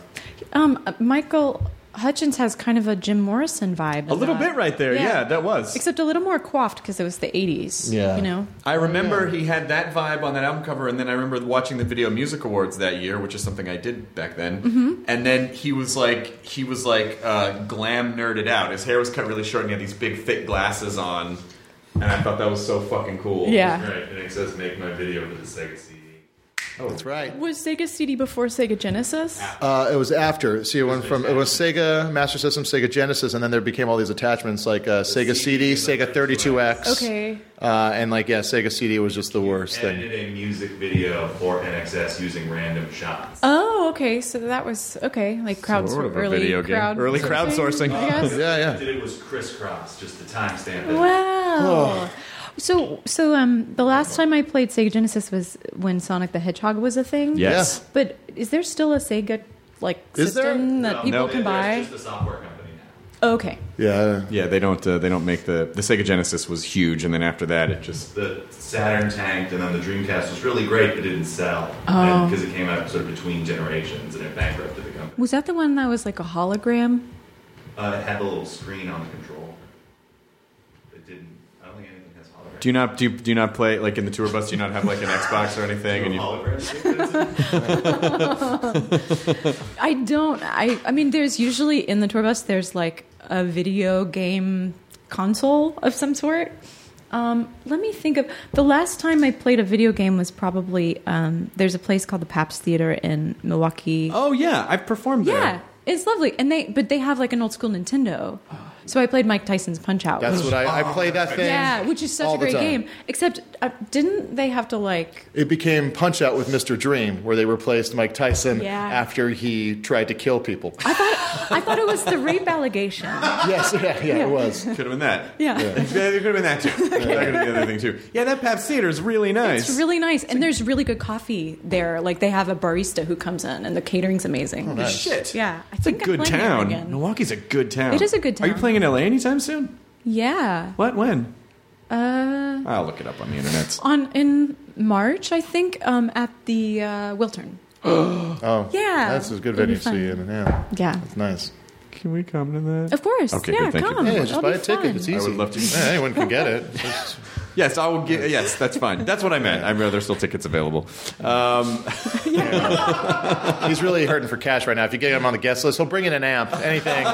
S3: Um, Michael Hutchins has kind of a Jim Morrison vibe.
S2: A little bit right there. Yeah,
S3: Yeah.
S2: that was.
S3: Except a little more quaffed because it was the 80s.
S4: Yeah.
S3: You know?
S2: I remember he had that vibe on that album cover, and then I remember watching the Video Music Awards that year, which is something I did back then. And then he was like, he was like uh, glam nerded out. His hair was cut really short, and he had these big thick glasses on. And I thought that was so fucking cool.
S3: Yeah.
S6: Right, and it says make my video for the Sega CD.
S4: That's right.
S3: Was Sega CD before Sega Genesis?
S4: Uh, it was after. See, it went from it was Sega Master System, Sega Genesis, and then there became all these attachments like uh, Sega CD, Sega 32X.
S3: Okay.
S4: Uh, and like yeah, Sega CD was just the worst thing.
S6: Edited a music video for NXS using random shots.
S3: Oh, okay. So that was okay. Like crowd
S2: Sort of a
S3: early
S2: video game.
S3: crowd
S2: Early crowdsourcing.
S3: I guess.
S4: Yeah,
S6: What I did it was crisscross, just the timestamp. that-
S3: Wow. So so um the last time I played Sega Genesis was when Sonic the Hedgehog was a thing.
S2: Yes.
S3: But is there still a Sega like
S4: Is there?
S3: system that
S6: No,
S3: people
S6: it-
S3: can
S6: it's
S3: buy?
S6: just a software company now.
S3: Okay.
S4: yeah, yeah.
S2: Yeah, they don't. Uh, they don't make the the Sega Genesis was huge, and then after that, it just
S6: The Saturn tanked, and then the Dreamcast was really great, but didn't sell
S3: Oh.
S6: because it came out sort of between generations, and it bankrupted the company.
S3: Was that the one that was like a hologram?
S6: Uh, it had a little screen on the control. It didn't. I don't think anything has holograms.
S2: Do you not do you, do you not play like in the tour bus? Do you not have like an Xbox or anything? And you,
S6: holograms?
S3: I don't. I. I mean, there's usually in the tour bus there's like a video game console of some sort. Um, let me think of the last time I played a video game was probably um, there's a place called the Paps Theater in Milwaukee.
S2: oh yeah, I've performed there.
S3: yeah, it's lovely, and they but they have like an old school Nintendo. So I played Mike Tyson's Punch Out.
S4: That's
S3: which-
S4: what I, I played that thing.
S3: yeah, which is such
S4: all
S3: a
S4: the
S3: great
S4: time.
S3: game. Except, uh, didn't they have to like?
S4: It became Punch Out with Mr. Dream, where they replaced Mike Tyson
S3: Yeah.
S4: after he tried to kill people.
S3: I thought it was the rape allegation.
S4: yes, yeah, yeah, it was.
S2: Could have been that.
S3: Yeah.
S2: it could have been that too. That could have been the other thing too. Yeah, that Pabst Theater is really nice.
S3: It's really nice, and there's really good coffee there. Like they have a barista who comes in, and the catering's amazing.
S2: shit.
S3: Yeah, I
S2: it's
S3: think
S2: a
S3: I'm
S2: good
S3: playing there
S2: town.
S3: again.
S2: Milwaukee's a good town.
S3: It is a good
S2: Are you
S3: town.
S2: playing in LA anytime soon?
S3: Yeah,
S2: What? When?
S3: uh,
S2: I'll look it up on the internet.
S3: on in March, I think, um, at the uh, Wilton.
S4: Oh,
S3: Yeah.
S4: that's a good
S3: It'd be
S4: venue to
S3: fun.
S4: see in. Yeah,
S3: Yeah,
S4: it's nice.
S2: Can we come to that?
S3: of course.
S2: Okay,
S3: yeah,
S2: good, thank you.
S3: come.
S4: Yeah, just
S3: That'll
S4: buy
S3: be
S4: a ticket.
S3: fun.
S4: It's easy.
S2: I would love to.
S4: Yeah, anyone can get it. It's-
S2: Yes, I will get. Yes, that's fine. That's what I meant. I'm there's still tickets available. Um,
S4: He's really hurting for cash right now. If you get him on the guest list, he'll bring in an amp, anything,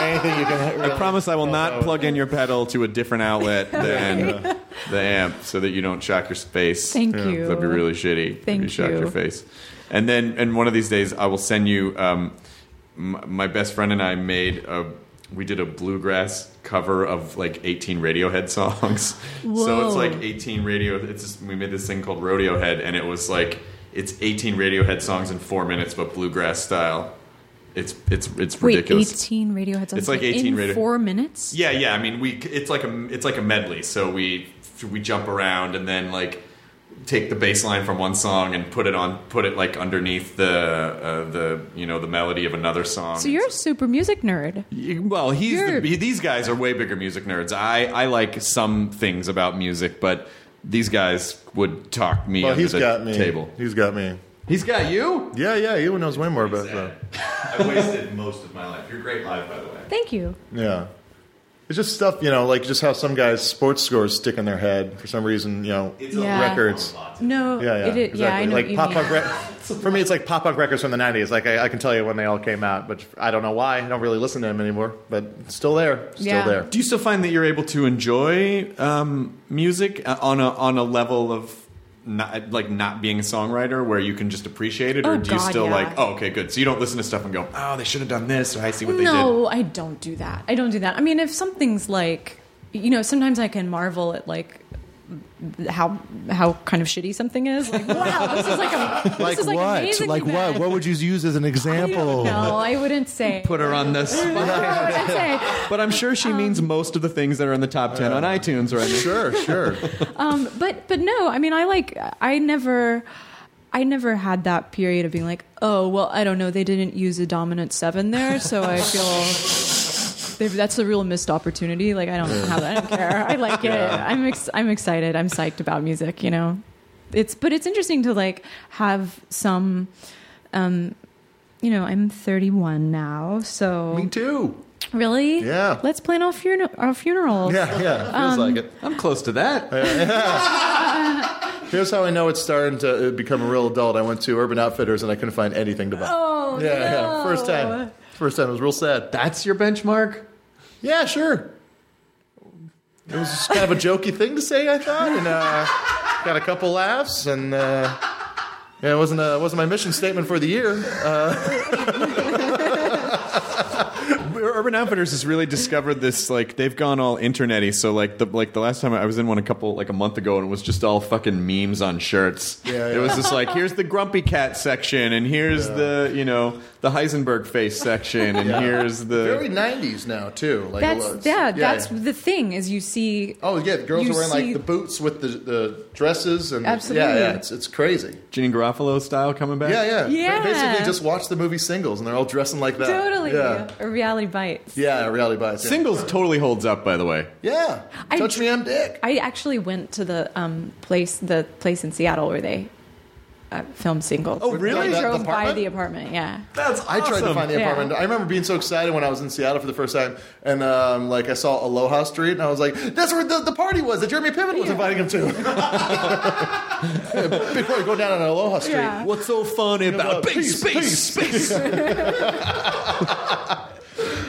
S4: anything you can.
S2: I promise I will not plug in your pedal to a different outlet than the amp, so that you don't shock your face.
S3: Thank Yeah. you.
S2: That'd be really shitty.
S3: Thank
S2: if you. Shock
S3: you.
S2: your face. And then, and one of these days, I will send you. Um, my, my best friend and I made a. We did a bluegrass cover of like 18 Radiohead songs. So it's
S3: Whoa.
S2: like 18 radio. It's just, we made this thing called Rodeohead, and it was like it's 18 Radiohead songs in four minutes, but bluegrass style. It's it's it's
S3: Wait,
S2: ridiculous.
S3: eighteen Radiohead songs.
S2: It's like 18
S3: in
S2: Radiohead-
S3: four minutes.
S2: Yeah, yeah. I mean, we it's like a it's like a medley. So we we jump around and then like take the bass line from one song and put it on put it like underneath the uh, the you know the melody of another song.
S3: So you're a super music nerd.
S2: well, he's
S3: you're-
S2: the, he, these guys are way bigger music nerds. I I like some things about music, but these guys would talk me
S4: Well,
S2: under
S4: he's
S2: the
S4: got me.
S2: table.
S4: He's got me.
S2: He's got you.
S4: Yeah, yeah. Ewan knows way more about that.
S6: I wasted most of my life. You're great live, by the way.
S3: Thank you.
S4: Yeah. It's just stuff, you know, like just how some guys' sports scores stick in their head for some reason, you know.
S6: It's
S3: Yeah.
S6: a
S4: Records.
S3: No,
S4: yeah, yeah.
S3: it,
S4: exactly.
S3: yeah, I know
S4: like
S3: what you
S4: pop
S3: mean.
S4: punk re- For me, it's like pop punk records from the 90s. Like, I, I can tell you when they all came out, but I don't know why. I don't really listen to them anymore, but it's still there. Still
S3: Yeah.
S4: there.
S2: Do you still find that you're able to enjoy um, music uh, on a on a level of not, like not being a songwriter where you can just appreciate it, or
S3: Oh,
S2: do you
S3: God,
S2: still
S3: yeah.
S2: like, oh, okay, good. So you don't listen to stuff and go, oh, they should have done this, or I see what they did.
S3: no, I don't do that. I don't do that. I mean, if something's like, you know, sometimes I can marvel at like how how kind of shitty something is. Like, wow, this is like a
S7: Like
S3: this is like
S7: what?
S3: amazingly
S7: Like
S3: bad.
S7: what? What would you use as an example?
S3: No, I wouldn't say.
S2: Put her on the spot.
S3: I wouldn't say.
S2: But I'm sure
S3: Um.
S2: she means most of the things that are in the top 10 on iTunes right now.
S4: Sure, sure.
S3: Um, but but no, I mean, I like I never. I never had that period of being like, oh, well, I don't know, they didn't use a dominant seven there, so I feel they've- that's a real missed opportunity. Like, I don't have that. I don't care. I like it. I'm ex- I'm excited. I'm psyched about music. You know, it's but it's interesting to like have some. Um, you know, I'm 31 now, so
S4: Me too.
S3: really,
S4: Yeah.
S3: Let's plan our, funer- our funerals.
S4: Yeah,
S3: Um,
S4: yeah. Feels like it.
S2: I'm close to that.
S4: Here's how I know it's starting to uh, become a real adult. I went to Urban Outfitters and I couldn't find anything to buy.
S3: Oh,
S4: yeah,
S3: no.
S4: yeah. First time. First time. It was real sad.
S2: That's your benchmark?
S4: Yeah, sure. It was just kind of a jokey thing to say, I thought, and uh, got a couple laughs, and uh, yeah, it wasn't uh, wasn't my mission statement for the year. Uh,
S2: Urban Outfitters has really discovered this. Like they've gone all internety. So like the like the last time I was in one a couple like a month ago, and it was just all fucking memes on shirts.
S4: Yeah,
S2: It was just like here's the grumpy cat section, and here's the you know the Heisenberg face section, and here's the
S4: Very '90s now too. Like
S3: That's
S4: it was.
S3: yeah, That's the thing is you see.
S4: Oh yeah, the girls
S3: you
S4: are wearing
S3: see-
S4: like the boots with the, the dresses and
S3: Absolutely.
S4: yeah, yeah, it's it's crazy.
S2: Gene Garofalo style coming back.
S4: Yeah, yeah,
S3: Yeah.
S4: Basically, just watch the movie singles, and they're all dressing like that.
S3: Totally,
S4: Yeah,
S3: a reality bites.
S4: yeah reality bites. yeah.
S2: Singles totally holds up, by the way.
S4: Yeah.
S3: I-
S4: Touch me, I'm dick.
S3: I actually went to the um, place, the place in Seattle where they uh, filmed singles.
S2: Oh, really?
S3: I
S4: That- the
S3: drove by
S4: apartment?
S3: the apartment. Yeah.
S2: That's
S4: I tried to find the
S3: Yeah.
S4: apartment. I remember being so excited when I was in Seattle for the first time, and um, like I saw Aloha Street, and I was like, "That's where the, the party was that Jeremy Piven was inviting him to." Before you go down on Aloha Street,
S3: Yeah.
S2: What's so funny about big
S4: Peace,
S2: space? Space.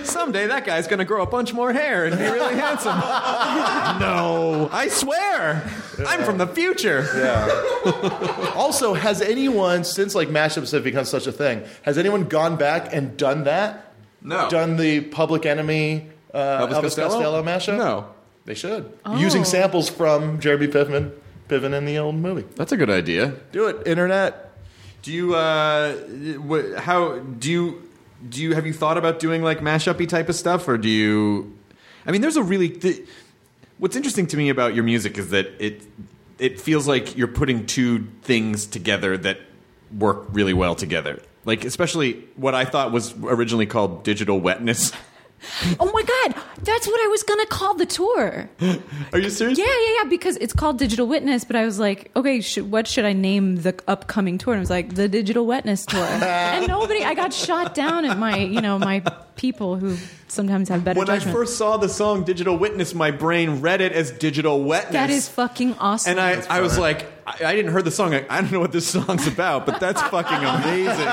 S2: Someday that guy's gonna grow a bunch more hair and be really handsome. no, I swear, I'm from the future.
S4: Also, has anyone since like mashups have become such a thing? Has anyone gone back and done that?
S2: No.
S4: Done the Public Enemy uh, Elvis, Costello? mashup?
S2: No,
S4: they should using samples from Jeremy Piven, Piven in the old movie.
S2: that's a good idea.
S4: Do it, internet.
S2: Do you? Uh, wh- how do you? Do you have you thought about doing like mashup-y type of stuff, or do you? I mean, there's a really. Th- what's interesting to me about your music is that it it feels like you're putting two things together that work really well together. Like especially what I thought was originally called digital wetness.
S3: Oh my God, that's what I was gonna call the tour.
S2: Are you serious?
S3: Yeah, yeah, yeah. Because it's called Digital Witness, but I was like, okay, should, what should I name the upcoming tour? And I was like, the Digital Witness tour. and nobody, I got shot down at my, you know, my people who sometimes have better
S2: When I
S3: judgment.
S2: first saw the song "Digital Witness," my brain read it as "digital wetness."
S3: that is fucking awesome.
S2: And I, I was like, I, I didn't hear the song. I, I don't know what this song's about, but that's fucking amazing.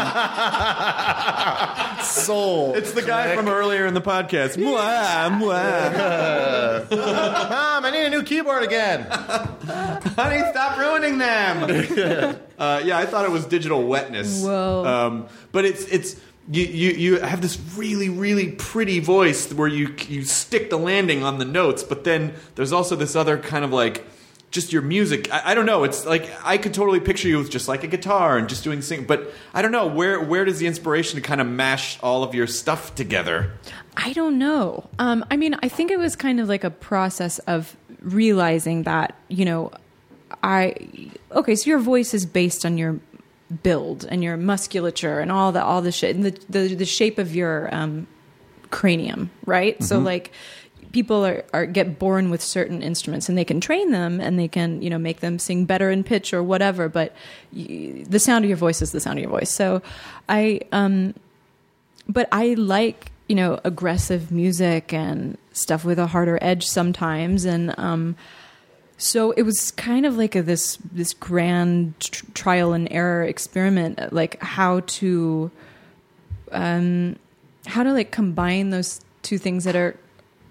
S4: Soul.
S2: It's the guy from earlier in the podcast. Mwah, mwah.
S4: Mom, I need a new keyboard again.
S2: Honey, stop ruining them. uh, yeah, I thought it was digital wetness.
S3: Whoa.
S2: Um, but it's it's you, you you have this really really pretty voice where you you stick the landing on the notes, but then there's also this other kind of like. Just your music. I, I don't know. It's like I could totally picture you with just like a guitar and just doing sing. But I don't know where where does the inspiration to kind of mash all of your stuff together?
S3: I don't know. Um, I mean, I think it was kind of like a process of realizing that, you know, I okay, so your voice is based on your build and your musculature and all the all the shit and the the, the shape of your um, cranium, right? So
S2: Mm-hmm.
S3: like people are, are get born with certain instruments and they can train them and they can you know make them sing better in pitch or whatever but y the sound of your voice is the sound of your voice so i um but I like you know aggressive music and stuff with a harder edge sometimes, and um, so it was kind of like a, this this grand tr- trial and error experiment, uh, like how to um, how to like combine those two things that are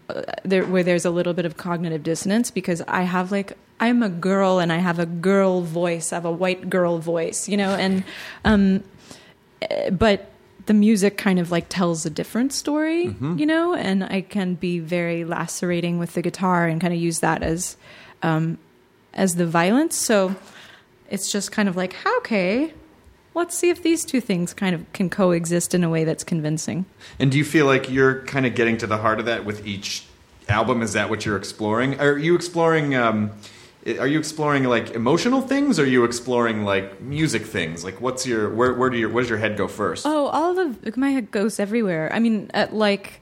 S3: uh, there where there's a little bit of cognitive dissonance because I have like. I'm a girl and I have a girl voice. I have a white girl voice, you know, and um, but the music kind of like tells a different story, you know, and I can be very lacerating with the guitar and kind of use that as um, as the violence. So it's just kind of like, okay, let's see if these two things kind of can coexist in a way that's convincing.
S2: And do you feel like you're kind of getting to the heart of that with each album? Is that what you're exploring? Are you exploring? Um, i- are you exploring like emotional things? Or are you exploring like music things? Like, what's your where? Where do your where's your head go first?
S3: Oh, all of my head goes everywhere. I mean, at like,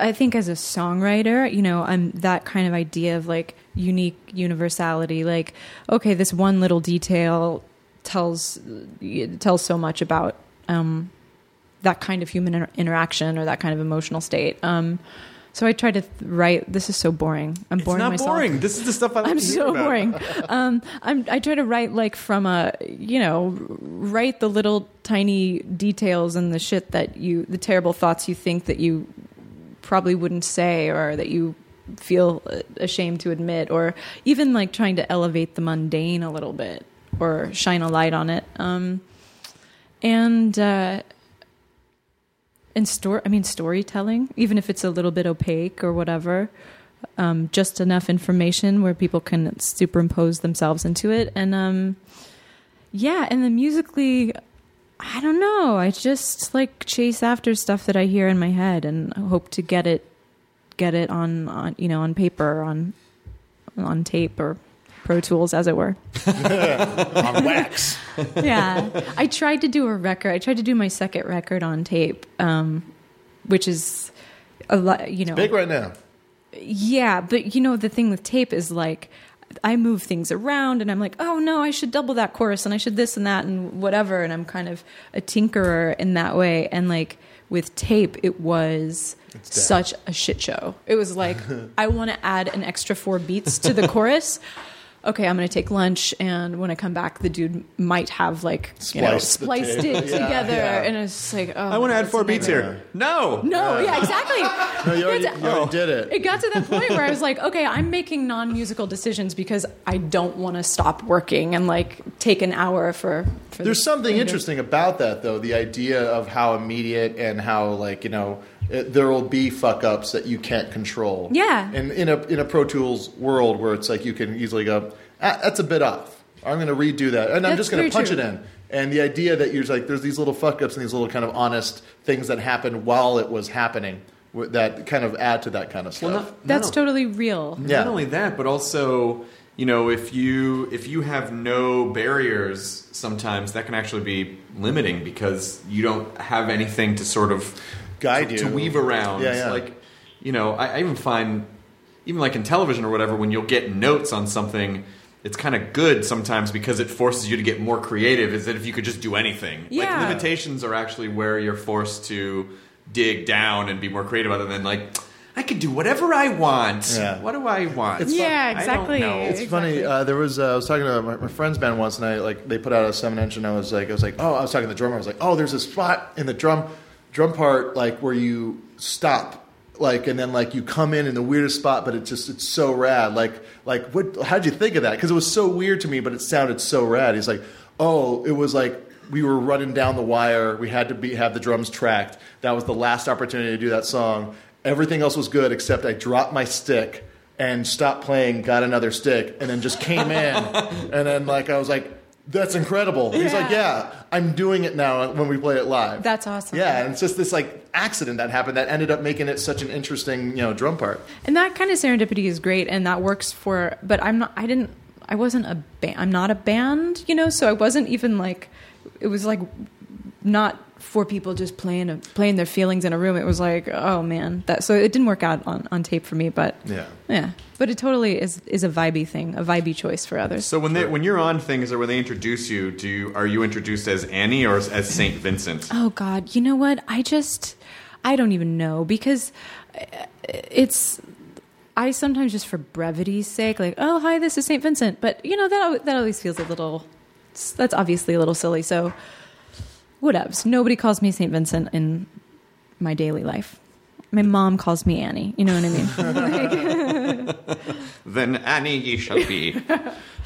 S3: I think as a songwriter, you know, I'm that kind of idea of like unique universality. Like, okay, this one little detail tells tells so much about um, that kind of human inter- interaction or that kind of emotional state. Um, so I try to th- write. This is so boring. I'm
S2: it's
S3: boring
S2: not
S3: myself.
S2: boring. This is the stuff I like
S3: I'm
S2: to hear
S3: so
S2: about.
S3: boring. Um, I'm, I try to write like from a, you know, write the little tiny details and the shit that you, the terrible thoughts you think that you probably wouldn't say or that you feel uh, ashamed to admit, or even like trying to elevate the mundane a little bit or shine a light on it. Um, and, uh, and store, I mean, storytelling, even if it's a little bit opaque or whatever um, just enough information where people can superimpose themselves into it. And um, yeah, and then musically, I don't know. I just like chase after stuff that I hear in my head and hope to get it, get it on, on you know, on paper, on on tape or Pro Tools, as it were.
S4: on wax.
S3: yeah. I tried to do a record. I tried to do my second record on tape, um, which is a lot, you know,
S4: Big right now.
S3: yeah, but you know the thing with tape is like I move things around and I'm like, "Oh no, I should double that chorus and I should this and that and whatever." And I'm kind of a tinkerer in that way and like with tape it was such a shit show. It was like I want to add an extra 4 beats to the chorus. Okay, I'm going to take lunch and when I come back the dude might have like, you know,
S4: Spliced the
S3: spliced
S4: tape.
S3: it
S4: Yeah,
S3: together
S4: yeah.
S3: and it's like, "Oh,
S2: I want to add
S3: that's
S2: four
S3: a
S2: beats
S3: nightmare.
S2: here. No,
S3: No, yeah, exactly.
S4: No, you already,
S3: That's-
S4: you already did it.
S3: it got to that point where I was like, okay, I'm making non musical decisions because I don't want to stop working and like take an hour for. for
S4: There's
S3: this
S4: something
S3: thing to-
S4: interesting about that, though. The idea of how immediate and how, like, you know, it, there will be fuck ups that you can't control.
S3: Yeah.
S4: And in a in a Pro Tools world where it's like you can easily go, ah, that's a bit off. I'm going to redo that, and I'm
S3: That's
S4: just going
S3: very
S4: to punch
S3: true.
S4: it in. And the idea that you're just like, there's these little fuck ups and these little kind of honest things that happened while it was happening w- that kind of add to that kind of stuff.
S2: Well, not-
S3: That's
S2: no.
S3: totally real.
S4: Yeah.
S2: Not only that, but also, you know, if you if you have no barriers, sometimes that can actually be limiting because you don't have anything to sort of
S4: Guide
S2: to,
S4: you.
S2: to weave around.
S4: Yeah, yeah.
S2: Like, you know, I, I even find even like in television or whatever, when you'll get notes on something. It's kind of good sometimes because it forces you to get more creative. Is that if you could just do anything?
S3: Yeah.
S2: Like limitations are actually where you're forced to dig down and be more creative, other than like, I could do whatever I want.
S4: Yeah.
S2: What do I want?
S8: Yeah,
S2: I don't
S8: exactly.
S2: know.
S4: It's funny. Uh, there was uh, I was talking to my, my friend's band once, and I like they put out a seven inch, and I was like, I was like, oh, I was talking to the drummer. I was like, oh, there's a spot in the drum drum part like where you stop, like, and then like you come in in the weirdest spot, but it's just it's so rad. Like like what? How'd you think of that? Because it was so weird to me, but it sounded so rad. He's like, oh, it was like. We were running down the wire. We had to be, have the drums tracked. That was the last opportunity to do that song. Everything else was good except I dropped my stick and stopped playing, got another stick, and then just came in. and then like I was like, that's incredible. He's like, yeah, I'm doing it now when we play it live.
S3: That's awesome.
S4: Yeah, and it's just this like accident that happened that ended up making it such an interesting, you know, drum part.
S3: And that kind of serendipity is great and that works for. But I'm not, I didn't, I wasn't a band, I'm not a band, you know, so I wasn't even like, it was like not for people just playing a, playing their feelings in a room. It was like, oh man, that so it didn't work out on, on tape for me, but
S4: Yeah.
S3: yeah, but it totally is is a vibey thing, a vibey choice for others.
S2: So when they when you're on things or when they introduce you, do you, are you introduced as Annie or as, as Saint Vincent?
S3: Oh God, you know what? I just I don't even know because uh, it's I sometimes just for brevity's sake like oh hi this is Saint Vincent, but you know that al- that always feels a little that's obviously a little silly. So whatevs. Nobody calls me Saint Vincent in my daily life. My mom calls me Annie. You know what I mean?
S2: Then Annie ye shall be.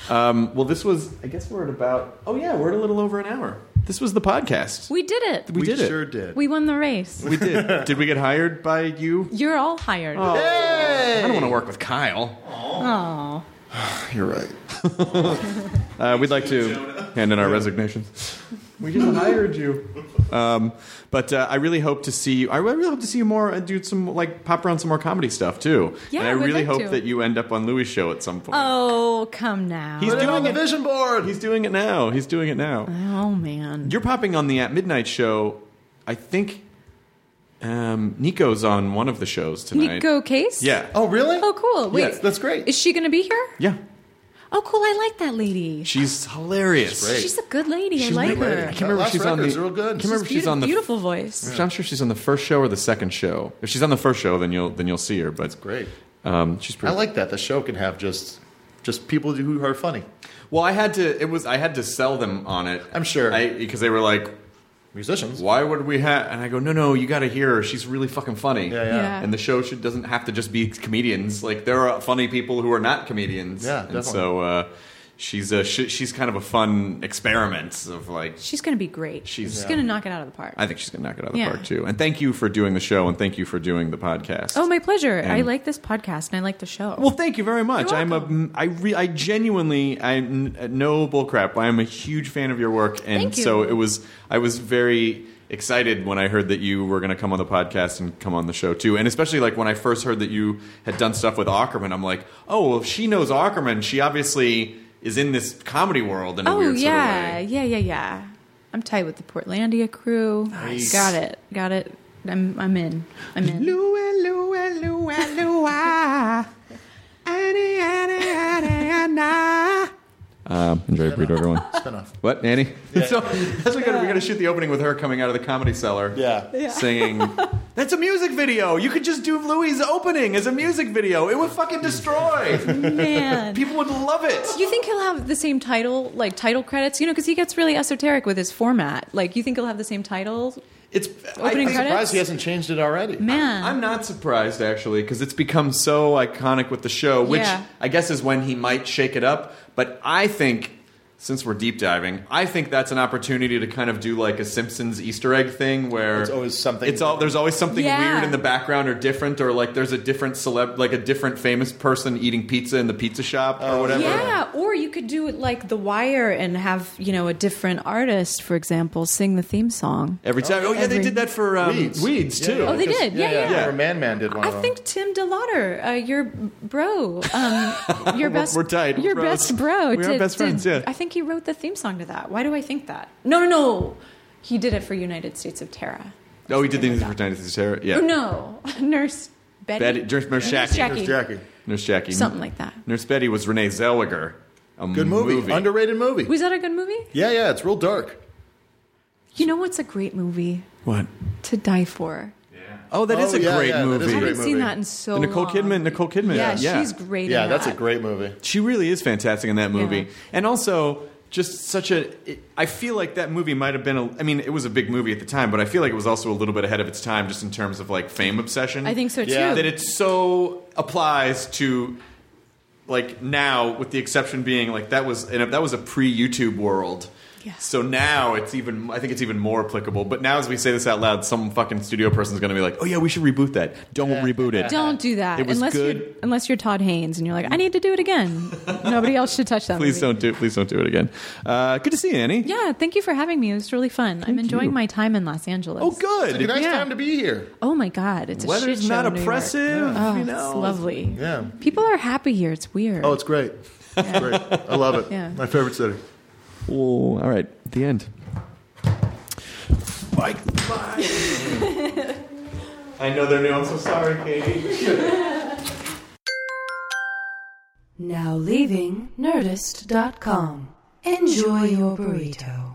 S2: um, well, this was I guess we're at about oh yeah we're at a little over an hour. This was the podcast.
S3: we did it.
S2: We did it.
S4: sure did.
S3: We won the race.
S2: We did. did we get hired by you? Oh.
S3: You're all hired.
S2: I don't want to work with Kyle.
S3: Aw.
S4: You're right.
S2: Uh, we'd like to hand in our resignations. We just hired you. Um, but uh, I really hope to see you. I really hope to see you more and do some like pop around some more comedy stuff too.
S3: Yeah,
S2: and I
S3: we'd
S2: really
S3: like
S2: hope
S3: to.
S2: that you end up on Louis' show at some point.
S3: Oh, come now.
S2: He's doing it.
S4: Vision board.
S2: He's doing it now. He's doing it now.
S3: oh man.
S2: You're popping on the at midnight show. I think um, Nico's on one of the shows tonight.
S3: Nico Case?
S2: Yeah.
S4: Oh, really?
S3: Oh, cool. Wait.
S4: Yes, that's great.
S3: Is she going to be here?
S2: Yeah.
S3: Oh, cool. I like that lady.
S2: She's hilarious.
S4: great.
S3: She's a good lady. I like
S4: great.
S3: her.
S2: I can't remember if
S4: Last
S2: she's on the.
S4: record's real good.
S2: I can't remember if
S3: Beautiful,
S2: she's on the.
S3: beautiful voice.
S2: I'm sure she's on the first show or the second show. If she's on the first show, then you'll then you'll see her. But that's
S4: Great.
S2: Um, she's pretty.
S4: I like that. The show can have just just people who are funny.
S2: Well, I had to. It was I had to sell them on it.
S4: I'm sure.
S2: I because they were like,
S4: Musicians.
S2: "Why would we have?" And I go, "No, no, you got to hear her. She's really fucking funny."
S4: Yeah, yeah.
S3: Yeah.
S2: And the show should doesn't have to just be comedians. Like there are funny people who are not comedians.
S4: Yeah,
S2: And
S4: definitely.
S2: so uh, she's a sh- she's kind of a fun experiment of like.
S3: She's going to be great.
S2: She's-
S3: going to knock it out of the park.
S2: I think she's gonna knock it out of the
S3: Yeah.
S2: park too. And thank you for doing the show, and thank you for doing the podcast.
S3: oh, my pleasure. I
S2: And-
S3: like this podcast and I like the show.
S2: Well, thank you very much.
S3: You're
S2: I'm a,
S3: welcome.
S2: I, re, I genuinely, I n- uh, no bullcrap. I am a huge fan of your work, and
S3: Thank you.
S2: so it was. I was very excited when I heard that you were going to come on the podcast and come on the show too, and especially like when I first heard that you had done stuff with Ackerman. I'm like, oh, well, if she knows Ackerman, she obviously is in this comedy world in a
S3: oh,
S2: weird
S3: yeah.
S2: sort of way.
S3: Yeah, yeah, yeah. I'm tight with the Portlandia crew. Got it. Got it. I'm, I'm in. I'm in.
S2: Lua, lua, lua, lua. Annie, Annie, Annie, Anna. Um, enjoy Burrito, everyone.
S4: Spinoff.
S2: What, Annie? so that's we gotta, we gotta shoot the opening with her coming out of the comedy cellar.
S4: Yeah.
S2: Singing. That's a music video. You could just do Louis' opening as a music video. It would fucking destroy.
S3: Man.
S2: People would love it.
S3: You think he'll have the same title, like title credits? You know, because he gets really esoteric with his format. Like, you think he'll have the same title?
S2: It's
S3: Opening
S2: I,
S3: credits?
S4: Surprised he hasn't changed it already.
S3: Man,
S2: I'm not surprised actually because it's become so iconic with the show, which
S3: Yeah.
S2: I guess is when he might shake it up. But I think, since we're deep diving, I think that's an opportunity to kind of do like a Simpsons Easter egg thing where
S4: It's always something
S2: It's all there's always something
S3: Yeah.
S2: weird in the background or different, or like there's a different celeb, like a different famous person eating pizza in the pizza shop
S4: Oh.
S2: or whatever.
S3: yeah. Or you could do it like The Wire and have you know a different artist, for example, sing the theme song.
S2: Every time, oh yeah, they
S3: Every-
S2: did that for um,
S4: Weeds.
S2: weeds.
S4: Yeah,
S2: too.
S4: yeah.
S3: Oh, they
S4: Because-
S3: did. Yeah, yeah.
S2: yeah.
S4: Or Man Man did one
S3: I
S4: of them.
S3: think Tim DeLauder, uh, your bro, um, your best,
S2: we're tight. We're
S3: your
S2: bros.
S3: best bro.
S2: We are best friends, yeah.
S3: I think he wrote the theme song to that. Why do I think that? No, no, no. He did it for United States of Terra.
S2: Oh, he did the for Dynasty of Terror. Yeah,
S3: Oh, No, Nurse
S2: Betty,
S3: Betty.
S2: Nurse Shackie.
S3: Shackie.
S4: Jackie.
S2: Nurse Jackie,
S3: Something like that.
S2: Nurse Betty was Renee Zellweger. A
S4: Good movie. Underrated movie.
S3: Was that a good movie?
S4: yeah, yeah. It's real dark.
S3: You know what's a great movie
S2: what?
S3: to die for?
S2: Oh, that is
S4: Oh,
S2: a
S4: yeah,
S2: great
S4: yeah, that is a
S2: movie.
S3: I haven't
S4: Great
S3: seen
S4: movie.
S3: that in so
S2: The Nicole
S3: long.
S2: Kidman. Nicole Kidman.
S3: Yeah,
S2: yeah.
S3: she's great. in
S4: Yeah, that's a
S3: that.
S4: great movie.
S2: She really is fantastic in that movie,
S3: Yeah.
S2: and also just such a. It, I feel like that movie might have been. A, I mean, it was a big movie at the time, but I feel like it was also a little bit ahead of its time, just in terms of like fame obsession.
S3: I think so too.
S4: Yeah.
S2: that it so applies to like now with the exception being like that was and that was a pre-youtube world
S3: Yeah.
S2: so now it's even i think it's even more applicable but now as we say this out loud some fucking studio person's going to be like oh yeah we should reboot that don't reboot it
S3: Don't do that
S2: It was
S3: unless
S2: good.
S3: you're unless you're Todd Haynes and you're like, I need to do it again. Nobody else should touch that.
S2: please
S3: movie.
S2: don't do please don't do it again uh, good to see you annie
S3: Yeah, thank you for having me. It was really fun. I'm enjoying
S2: you.
S3: my time in Los Angeles.
S2: oh good
S4: It's a nice
S3: Yeah.
S4: time to be here.
S3: Oh my God, it's a shit
S2: weather's
S3: show
S2: not
S3: in New York.
S2: oppressive
S3: Oh,
S2: you
S3: it's
S2: know
S3: lovely.
S4: Yeah.
S3: People are happy here. It's weird.
S4: Oh, it's great. It's great. I love it.
S3: Yeah.
S4: My favorite city.
S2: Oh, all right the end
S4: Mike.
S2: i know they're new i'm so sorry katie
S9: Now leaving Nerdist.com. Enjoy your burrito.